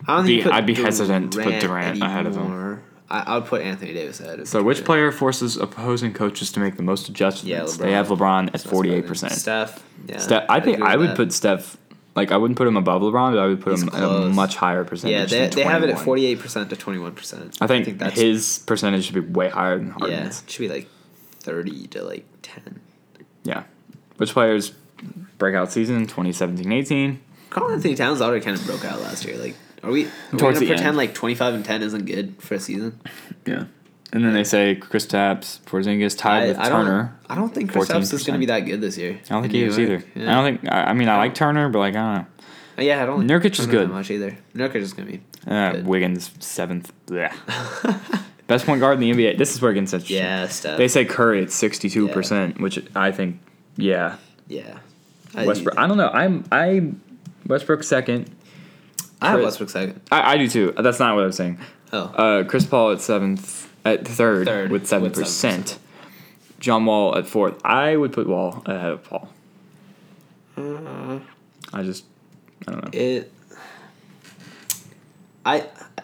Speaker 2: I don't
Speaker 1: Be-
Speaker 2: think you put
Speaker 1: I'd be hesitant to put Durant ahead of him.
Speaker 2: anymore. I, I would put Anthony Davis ahead of
Speaker 1: So, which
Speaker 2: Durant.
Speaker 1: player forces opposing coaches to make the most adjustments?
Speaker 2: Yeah,
Speaker 1: they
Speaker 2: LeBron.
Speaker 1: have LeBron at
Speaker 2: That's better
Speaker 1: forty-eight
Speaker 2: than
Speaker 1: percent.
Speaker 2: Steph. Yeah.
Speaker 1: Steph, I think
Speaker 2: agree
Speaker 1: I
Speaker 2: with
Speaker 1: would
Speaker 2: that.
Speaker 1: put Steph. Like, I wouldn't put him above LeBron, but I would put
Speaker 2: He's
Speaker 1: him at a
Speaker 2: close.
Speaker 1: much higher
Speaker 2: Yeah,
Speaker 1: percentage.
Speaker 2: they,
Speaker 1: than
Speaker 2: they have it at
Speaker 1: 21.
Speaker 2: forty eight percent to twenty one percent.
Speaker 1: I think, his percentage should be way higher than
Speaker 2: yeah it
Speaker 1: Harden's.
Speaker 2: should be like thirty to like ten.
Speaker 1: Yeah. Which players breakout season 2017-18?
Speaker 2: Carl Anthony Towns already kind of broke out last year. Like, are we, are we
Speaker 1: Towards
Speaker 2: gonna
Speaker 1: the
Speaker 2: pretend
Speaker 1: end.
Speaker 2: like twenty five and ten isn't good for a season?
Speaker 1: Yeah. And then they say Chris Tapps, Porzingis tied with
Speaker 2: I
Speaker 1: Turner.
Speaker 2: don't. I don't think Kristaps is
Speaker 1: 14%.
Speaker 2: gonna be that good this year.
Speaker 1: I don't think he is either. I don't think. I, I mean, I like Turner, but like I don't
Speaker 2: think. Uh, Yeah, I don't.
Speaker 1: Nurkic
Speaker 2: I
Speaker 1: is
Speaker 2: don't know
Speaker 1: good.
Speaker 2: that much either. Nurkic is gonna be.
Speaker 1: know. Uh,
Speaker 2: [LAUGHS] Good.
Speaker 1: Wiggins seventh. Yeah. Best point guard in the NBA. This is where it gets interesting.
Speaker 2: Yeah, Steph.
Speaker 1: They say Curry at sixty-two percent, which I think, yeah.
Speaker 2: yeah. I,
Speaker 1: Westbrook.
Speaker 2: I,
Speaker 1: I don't know. I'm I Westbrook second.
Speaker 2: I have
Speaker 1: Chris-
Speaker 2: Westbrook second.
Speaker 1: I, I do too. That's not what I was saying.
Speaker 2: Oh,
Speaker 1: Uh, Chris Paul at seventh, at third,
Speaker 2: Third
Speaker 1: with
Speaker 2: with
Speaker 1: seven percent. John Wall at fourth. I would put Wall ahead of Paul.
Speaker 2: Uh.
Speaker 1: I just, I don't know.
Speaker 2: it i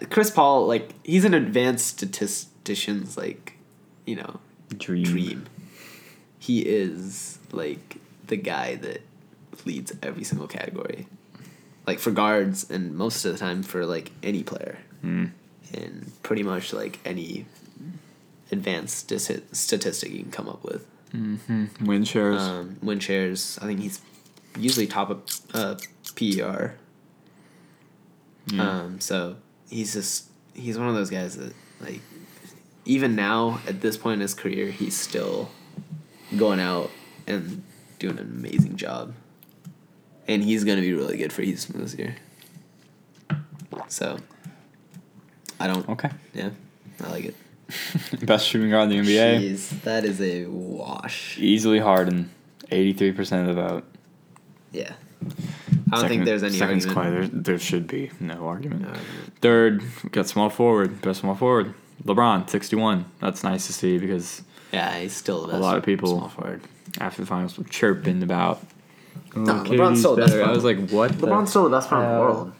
Speaker 2: chris paul like he's an advanced statistician's like you know
Speaker 1: Dream.
Speaker 2: dream he is like the guy that leads every single category like for guards and most of the time for like any player
Speaker 1: Hmm.
Speaker 2: and pretty much like any advanced stati- statistic you can come up with
Speaker 1: Win shares.
Speaker 2: um, win shares i think he's usually top of uh, per um, so he's just he's one of those guys that like even now at this point in his career he's still going out and doing an amazing job. And he's gonna be really good for Houston this year. So I don't
Speaker 1: okay.
Speaker 2: yeah, I like
Speaker 1: [LAUGHS]
Speaker 2: it.
Speaker 1: Best shooting guard in the NBA.
Speaker 2: Jeez, that is a wash.
Speaker 1: Easily Harden, eighty-three percent of the vote.
Speaker 2: Yeah. I don't think there's any
Speaker 1: second's
Speaker 2: argument.
Speaker 1: Quiet. There, there should be no argument.
Speaker 2: No argument.
Speaker 1: Third, we got small forward, best small forward, LeBron, sixty-one. That's nice to see because
Speaker 2: Yeah, he's still the
Speaker 1: a
Speaker 2: best
Speaker 1: lot of people
Speaker 2: small forward.
Speaker 1: after the finals were chirping about. "Oh,
Speaker 2: Nah, LeBron's
Speaker 1: KD's
Speaker 2: still the best
Speaker 1: better. I
Speaker 2: player.
Speaker 1: was like, what? the-
Speaker 2: LeBron's still the best player in the
Speaker 1: Uh,
Speaker 2: world.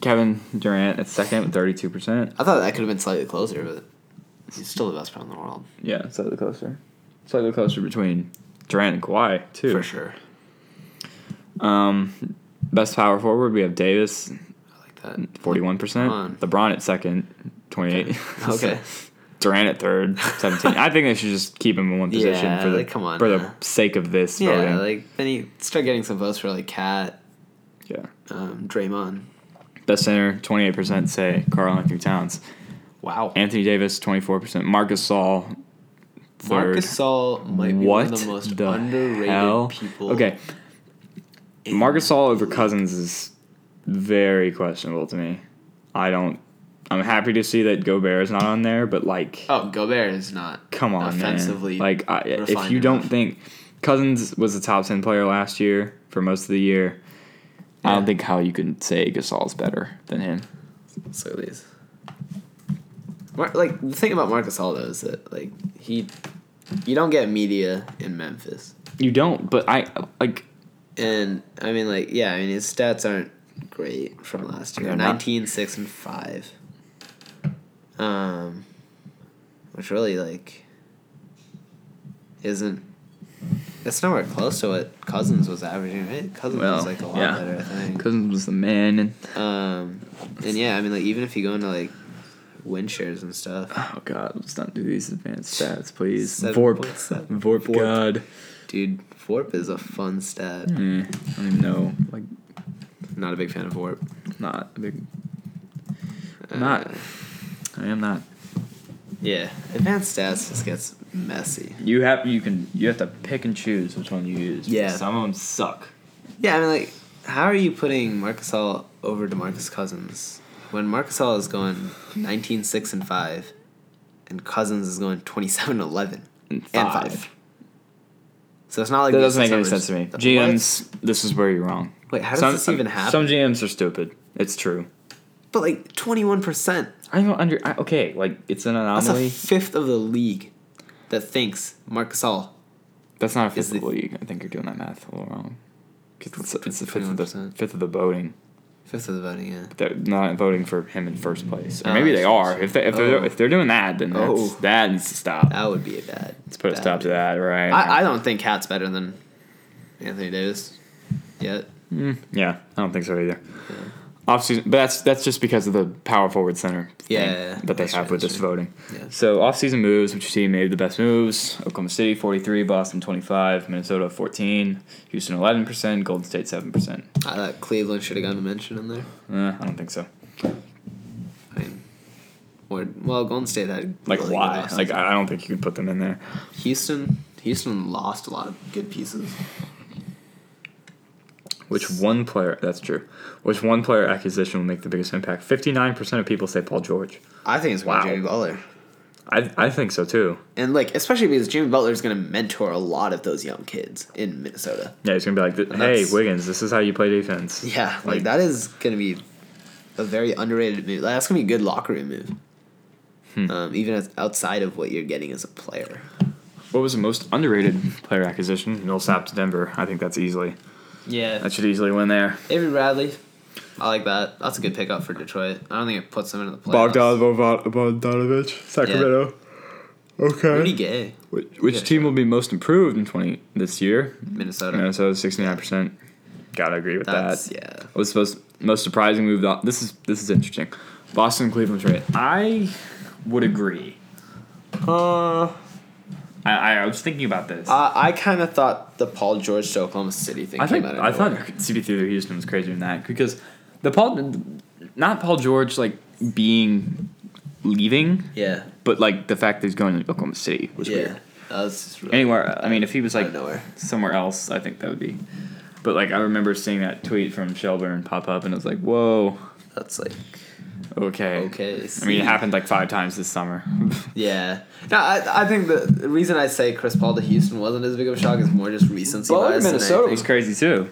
Speaker 1: Kevin Durant at second with 32%.
Speaker 2: I thought that could have been slightly closer, but he's still the best player in the world
Speaker 1: Yeah, slightly closer. Slightly closer between Durant and Kawhi, too.
Speaker 2: for sure.
Speaker 1: Um, best power forward, we have Davis,
Speaker 2: I like that.
Speaker 1: 41%.
Speaker 2: on.
Speaker 1: LeBron at second, [LAUGHS] 28.
Speaker 2: Okay.
Speaker 1: Durant at third, 17. I think they should just keep him in one position
Speaker 2: [LAUGHS] Yeah,
Speaker 1: for the
Speaker 2: like, come on,
Speaker 1: for the
Speaker 2: yeah.
Speaker 1: sake of this
Speaker 2: yeah,
Speaker 1: voting.
Speaker 2: like then you start getting some votes for like Cat,
Speaker 1: yeah.
Speaker 2: um, Draymond.
Speaker 1: Best center, 28% say Carl Anthony Towns.
Speaker 2: Wow.
Speaker 1: Anthony Davis, 24%. Marcus Saul, third.
Speaker 2: Marcus Gasol might be
Speaker 1: what
Speaker 2: one of the most
Speaker 1: the
Speaker 2: underrated
Speaker 1: hell?
Speaker 2: people.
Speaker 1: Okay. Marcus All over Cousins is very questionable to me. I don't. I'm happy to see that Gobert is not on there, but like,
Speaker 2: Oh, Gobert is not.
Speaker 1: come on,
Speaker 2: offensively
Speaker 1: man. Like, I, if
Speaker 2: refined
Speaker 1: you don't
Speaker 2: enough.
Speaker 1: think Cousins was a top ten player last year for most of the year, I don't
Speaker 2: Yeah.
Speaker 1: think how you can say Gasol's better than him.
Speaker 2: So it is. Mar- like the thing about Marcus Gasol though is that like he, you don't get media in Memphis,
Speaker 1: You don't, but I like.
Speaker 2: and I mean like yeah, I mean his stats aren't great from last year.
Speaker 1: They're not.
Speaker 2: 19, 6, and five. Um, which really like isn't. It's nowhere close to what Cousins was averaging, right? Cousins
Speaker 1: Well,
Speaker 2: was like a lot
Speaker 1: yeah.
Speaker 2: better, I think.
Speaker 1: Cousins was the man, and
Speaker 2: Um, and yeah, I mean, like even if you go into like win shares and stuff,
Speaker 1: oh god, let's not do these advanced stats, please.
Speaker 2: Seven
Speaker 1: Vorp,
Speaker 2: point seven.
Speaker 1: Vorp,
Speaker 2: Vorp.
Speaker 1: God.
Speaker 2: dude, Vorp is a fun stat.
Speaker 1: Mm, I don't even know. Like,
Speaker 2: Not a big fan of Vorp.
Speaker 1: not a big. Not. I am not.
Speaker 2: Uh, Yeah, advanced stats just gets messy.
Speaker 1: You have you can you have to pick and choose which one you use.
Speaker 2: Yeah.
Speaker 1: Some of them suck.
Speaker 2: Yeah, I mean, like, how are you putting Marcus All over DeMarcus Cousins when Marcus All is going 19, 6, and 5, and Cousins is going 27, 11,
Speaker 1: And
Speaker 2: and
Speaker 1: five.
Speaker 2: 5? So it's not like
Speaker 1: That
Speaker 2: these
Speaker 1: doesn't make any
Speaker 2: numbers-
Speaker 1: sense to me.
Speaker 2: What?
Speaker 1: GMs, this is where you're wrong.
Speaker 2: Wait, how does
Speaker 1: some,
Speaker 2: this even happen?
Speaker 1: Some GMs are stupid. It's true.
Speaker 2: But like 21%.
Speaker 1: I don't under. I, okay, like it's an
Speaker 2: That's a
Speaker 1: anomaly.
Speaker 2: fifth of the league that thinks Marcus All.
Speaker 1: That's not a
Speaker 2: is
Speaker 1: fifth of the
Speaker 2: the-
Speaker 1: league. I think you're doing that math a little wrong. 'Cause It's, it's the fifth of the
Speaker 2: 21%.
Speaker 1: fifth of the voting.
Speaker 2: Fifth of the voting, yeah.
Speaker 1: They're not voting for him in first place. Or
Speaker 2: Oh,
Speaker 1: maybe they
Speaker 2: I see, I
Speaker 1: are.
Speaker 2: see.
Speaker 1: If they if they're
Speaker 2: Oh.
Speaker 1: if they're doing that, then that's,
Speaker 2: Oh.
Speaker 1: that needs to stop.
Speaker 2: That would be a bad. Let's
Speaker 1: Put a stop to that, right?
Speaker 2: I, I don't think Cat's better than Anthony Davis yet.
Speaker 1: Hmm, yeah, I don't think so either. Off season, but that's that's just because of the power forward center thing
Speaker 2: Yeah, yeah, yeah.
Speaker 1: that they
Speaker 2: That's
Speaker 1: have
Speaker 2: right,
Speaker 1: with
Speaker 2: that's
Speaker 1: this
Speaker 2: right.
Speaker 1: voting.
Speaker 2: Yeah.
Speaker 1: So off season moves, which you see made the best moves: Oklahoma City forty three, Boston twenty five, Minnesota fourteen, Houston eleven percent, Golden State seven percent.
Speaker 2: I thought Cleveland should have gotten a mention in there.
Speaker 1: Uh, I don't think so.
Speaker 2: I mean, or, well, Golden State had.
Speaker 1: Like
Speaker 2: really good
Speaker 1: why?
Speaker 2: offseason.
Speaker 1: Like I I don't think you can put them in there.
Speaker 2: Houston. Houston lost a lot of good pieces.
Speaker 1: Which one player? That's true. Which one player acquisition will make the biggest impact? Fifty nine percent of people say Paul George.
Speaker 2: I think it's why
Speaker 1: Wow.
Speaker 2: Jimmy Butler.
Speaker 1: I I think so too.
Speaker 2: And, like, especially because Jimmy Butler is going to mentor a lot of those young kids in Minnesota.
Speaker 1: Yeah, he's gonna be like, "Hey
Speaker 2: That's-
Speaker 1: Wiggins, this is how you play defense."
Speaker 2: Yeah, like, that is gonna be a very underrated move. Like, that's gonna be a good locker room move. Um, even as outside of what you're getting as a player.
Speaker 1: What was the most underrated player acquisition? Millsap to Denver. I think that's easily.
Speaker 2: Yeah,
Speaker 1: That should easily win there.
Speaker 2: Avery Bradley. I like that. That's a good pickup for Detroit. I don't think it puts them into the playoffs.
Speaker 1: Bogdan Bogdanovich, Sacramento.
Speaker 2: Pretty
Speaker 1: Okay.
Speaker 2: gay,
Speaker 1: Which, which team will be most improved in twenty this year?
Speaker 2: Minnesota.
Speaker 1: Minnesota, sixty nine percent. Gotta agree with
Speaker 2: That's
Speaker 1: that.
Speaker 2: yeah.
Speaker 1: What was supposed most surprising move? That, this is this is interesting. Boston Cleveland trade. I would agree.
Speaker 2: Uh,
Speaker 1: I, I was thinking about this.
Speaker 2: I, I kind of thought the Paul George to Oklahoma City thing.
Speaker 1: I
Speaker 2: came
Speaker 1: think
Speaker 2: out of
Speaker 1: I
Speaker 2: nowhere.
Speaker 1: thought CP3 to Houston was crazier than that because the Paul, not Paul George like being leaving,
Speaker 2: Yeah,
Speaker 1: but like the fact that he's going to Oklahoma City was
Speaker 2: yeah.
Speaker 1: weird.
Speaker 2: That was just really
Speaker 1: Anywhere, I mean, if he was
Speaker 2: out
Speaker 1: like
Speaker 2: of nowhere.
Speaker 1: somewhere else, I think that would be. But like I remember seeing that tweet from Shelburne pop up, and I was like, "Whoa,
Speaker 2: That's like
Speaker 1: okay."
Speaker 2: okay.
Speaker 1: I mean, it
Speaker 2: see.
Speaker 1: happened like five times this summer.
Speaker 2: Yeah. No, I, I think the, the reason I say Chris Paul to Houston wasn't as big of a shock is more just recency bias. than anything.
Speaker 1: was crazy too.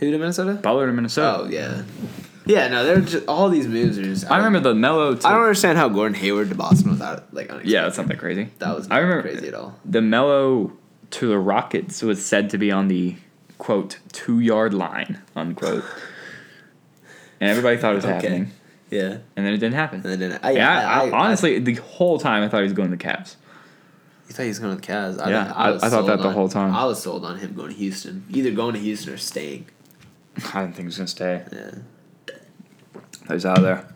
Speaker 2: Who to Minnesota?
Speaker 1: Butler to Minnesota.
Speaker 2: Oh yeah. Yeah, no, they're just all these moves are just.
Speaker 1: I remember the mellow.
Speaker 2: I don't understand how Gordon Hayward to Boston was out like unexpected.
Speaker 1: Yeah, that's not that crazy.
Speaker 2: that was
Speaker 1: I
Speaker 2: not
Speaker 1: remember-
Speaker 2: crazy at all.
Speaker 1: The mellow to the Rockets was said to be on the quote two yard line unquote, and everybody thought it was
Speaker 2: [LAUGHS] Okay.
Speaker 1: happening,
Speaker 2: Yeah,
Speaker 1: and then it didn't happen.
Speaker 2: and then I,
Speaker 1: Yeah, I,
Speaker 2: I, I-
Speaker 1: honestly, the whole time I thought he was going to the Cavs.
Speaker 2: You thought he was going with the Cavs. I,
Speaker 1: Yeah, I-
Speaker 2: was
Speaker 1: I thought
Speaker 2: sold
Speaker 1: that the
Speaker 2: on-
Speaker 1: whole time.
Speaker 2: I was sold on him going to Houston, either going to Houston or staying.
Speaker 1: I didn't think he was going to stay.
Speaker 2: Yeah.
Speaker 1: He's out of there.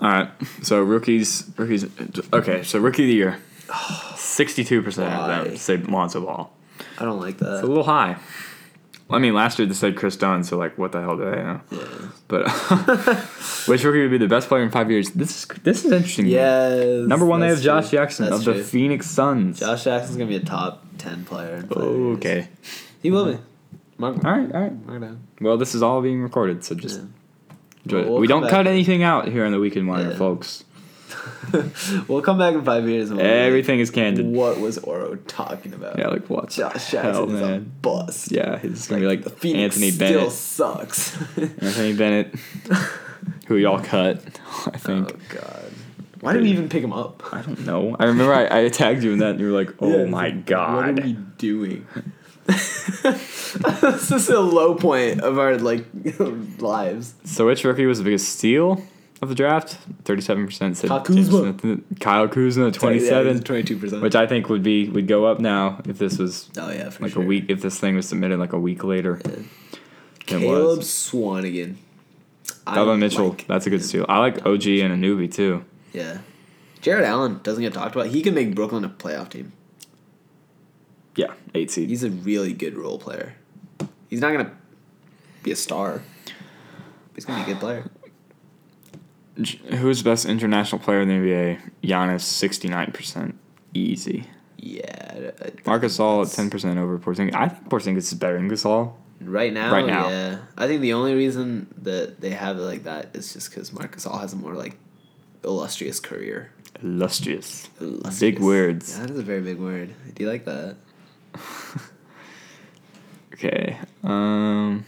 Speaker 1: All right. So rookies, rookies. Okay. So rookie of the
Speaker 2: [SIGHS]
Speaker 1: year, sixty-two percent of
Speaker 2: Why?
Speaker 1: them said Lonzo Ball.
Speaker 2: I don't like
Speaker 1: It's a
Speaker 2: that.
Speaker 1: little high. I mean, last year they said Chris Dunn. So like, what the hell do they know?
Speaker 2: Yeah.
Speaker 1: But [LAUGHS] which rookie would be the best player in five years? This is this is interesting.
Speaker 2: Yes.
Speaker 1: Number one, they have
Speaker 2: that's
Speaker 1: Josh
Speaker 2: true.
Speaker 1: Jackson
Speaker 2: That's
Speaker 1: of
Speaker 2: true.
Speaker 1: the Phoenix Suns.
Speaker 2: Josh Jackson's gonna be a top ten player. In five years.
Speaker 1: okay. Mm-hmm.
Speaker 2: He will be. Mark.
Speaker 1: All right. All right.
Speaker 2: Mark down.
Speaker 1: Well, this is all being recorded, so just
Speaker 2: Yeah.
Speaker 1: enjoy
Speaker 2: Well,
Speaker 1: it.
Speaker 2: we'll
Speaker 1: we
Speaker 2: come
Speaker 1: don't
Speaker 2: back.
Speaker 1: cut anything out here on the weekend monitor,
Speaker 2: Yeah.
Speaker 1: folks.
Speaker 2: we'll come back in five years. And we'll be like,
Speaker 1: Everything is candid.
Speaker 2: What was Oro talking about?
Speaker 1: Yeah, like what?
Speaker 2: Josh
Speaker 1: the
Speaker 2: Jackson
Speaker 1: hell,
Speaker 2: is a bust.
Speaker 1: Yeah, he's gonna be like
Speaker 2: Phoenix
Speaker 1: Anthony
Speaker 2: still
Speaker 1: Bennett. [LAUGHS]
Speaker 2: sucks. [LAUGHS]
Speaker 1: Anthony Bennett, who y'all cut, [LAUGHS] I
Speaker 2: oh
Speaker 1: think.
Speaker 2: God. Why did we even pick him up?
Speaker 1: I don't know. I remember I, I tagged you in that, and you were like, "Oh
Speaker 2: Yeah,
Speaker 1: my
Speaker 2: it's like,
Speaker 1: god."
Speaker 2: What are we doing? [LAUGHS] this is a low point of our like [LAUGHS] lives.
Speaker 1: So which rookie was the biggest steal of the draft? Thirty-seven percent said
Speaker 2: Kyle
Speaker 1: James
Speaker 2: Kuzma.
Speaker 1: Smith. Kyle Kuzma, twenty-seven,
Speaker 2: twenty-two percent.
Speaker 1: which I think would be would go up now if this was
Speaker 2: oh yeah, for
Speaker 1: like
Speaker 2: sure.
Speaker 1: a week. If this thing was submitted like a week later, than it
Speaker 2: Caleb
Speaker 1: was.
Speaker 2: Swanigan. I
Speaker 1: Donovan Mitchell,
Speaker 2: like-
Speaker 1: that's a good steal. I like OG and a newbie too.
Speaker 2: yeah. Jared Allen doesn't get talked about. He can make Brooklyn a playoff team.
Speaker 1: Yeah, eight seed.
Speaker 2: He's a really good role player. He's not gonna be a star. but He's gonna be a good player.
Speaker 1: J- Who's the best international player in the NBA? Giannis, sixty nine percent, easy.
Speaker 2: Yeah. I- I-
Speaker 1: Marcus All at ten percent over Porzingis. I think Porzingis is better than Gasol.
Speaker 2: Right now,
Speaker 1: Right now.
Speaker 2: yeah. I think the only reason that they have it like that is just because Marcus All has a more like illustrious career.
Speaker 1: Illustrious.
Speaker 2: Illustrious.
Speaker 1: Big words.
Speaker 2: That is a very big word. Do you like that?
Speaker 1: Okay. Um,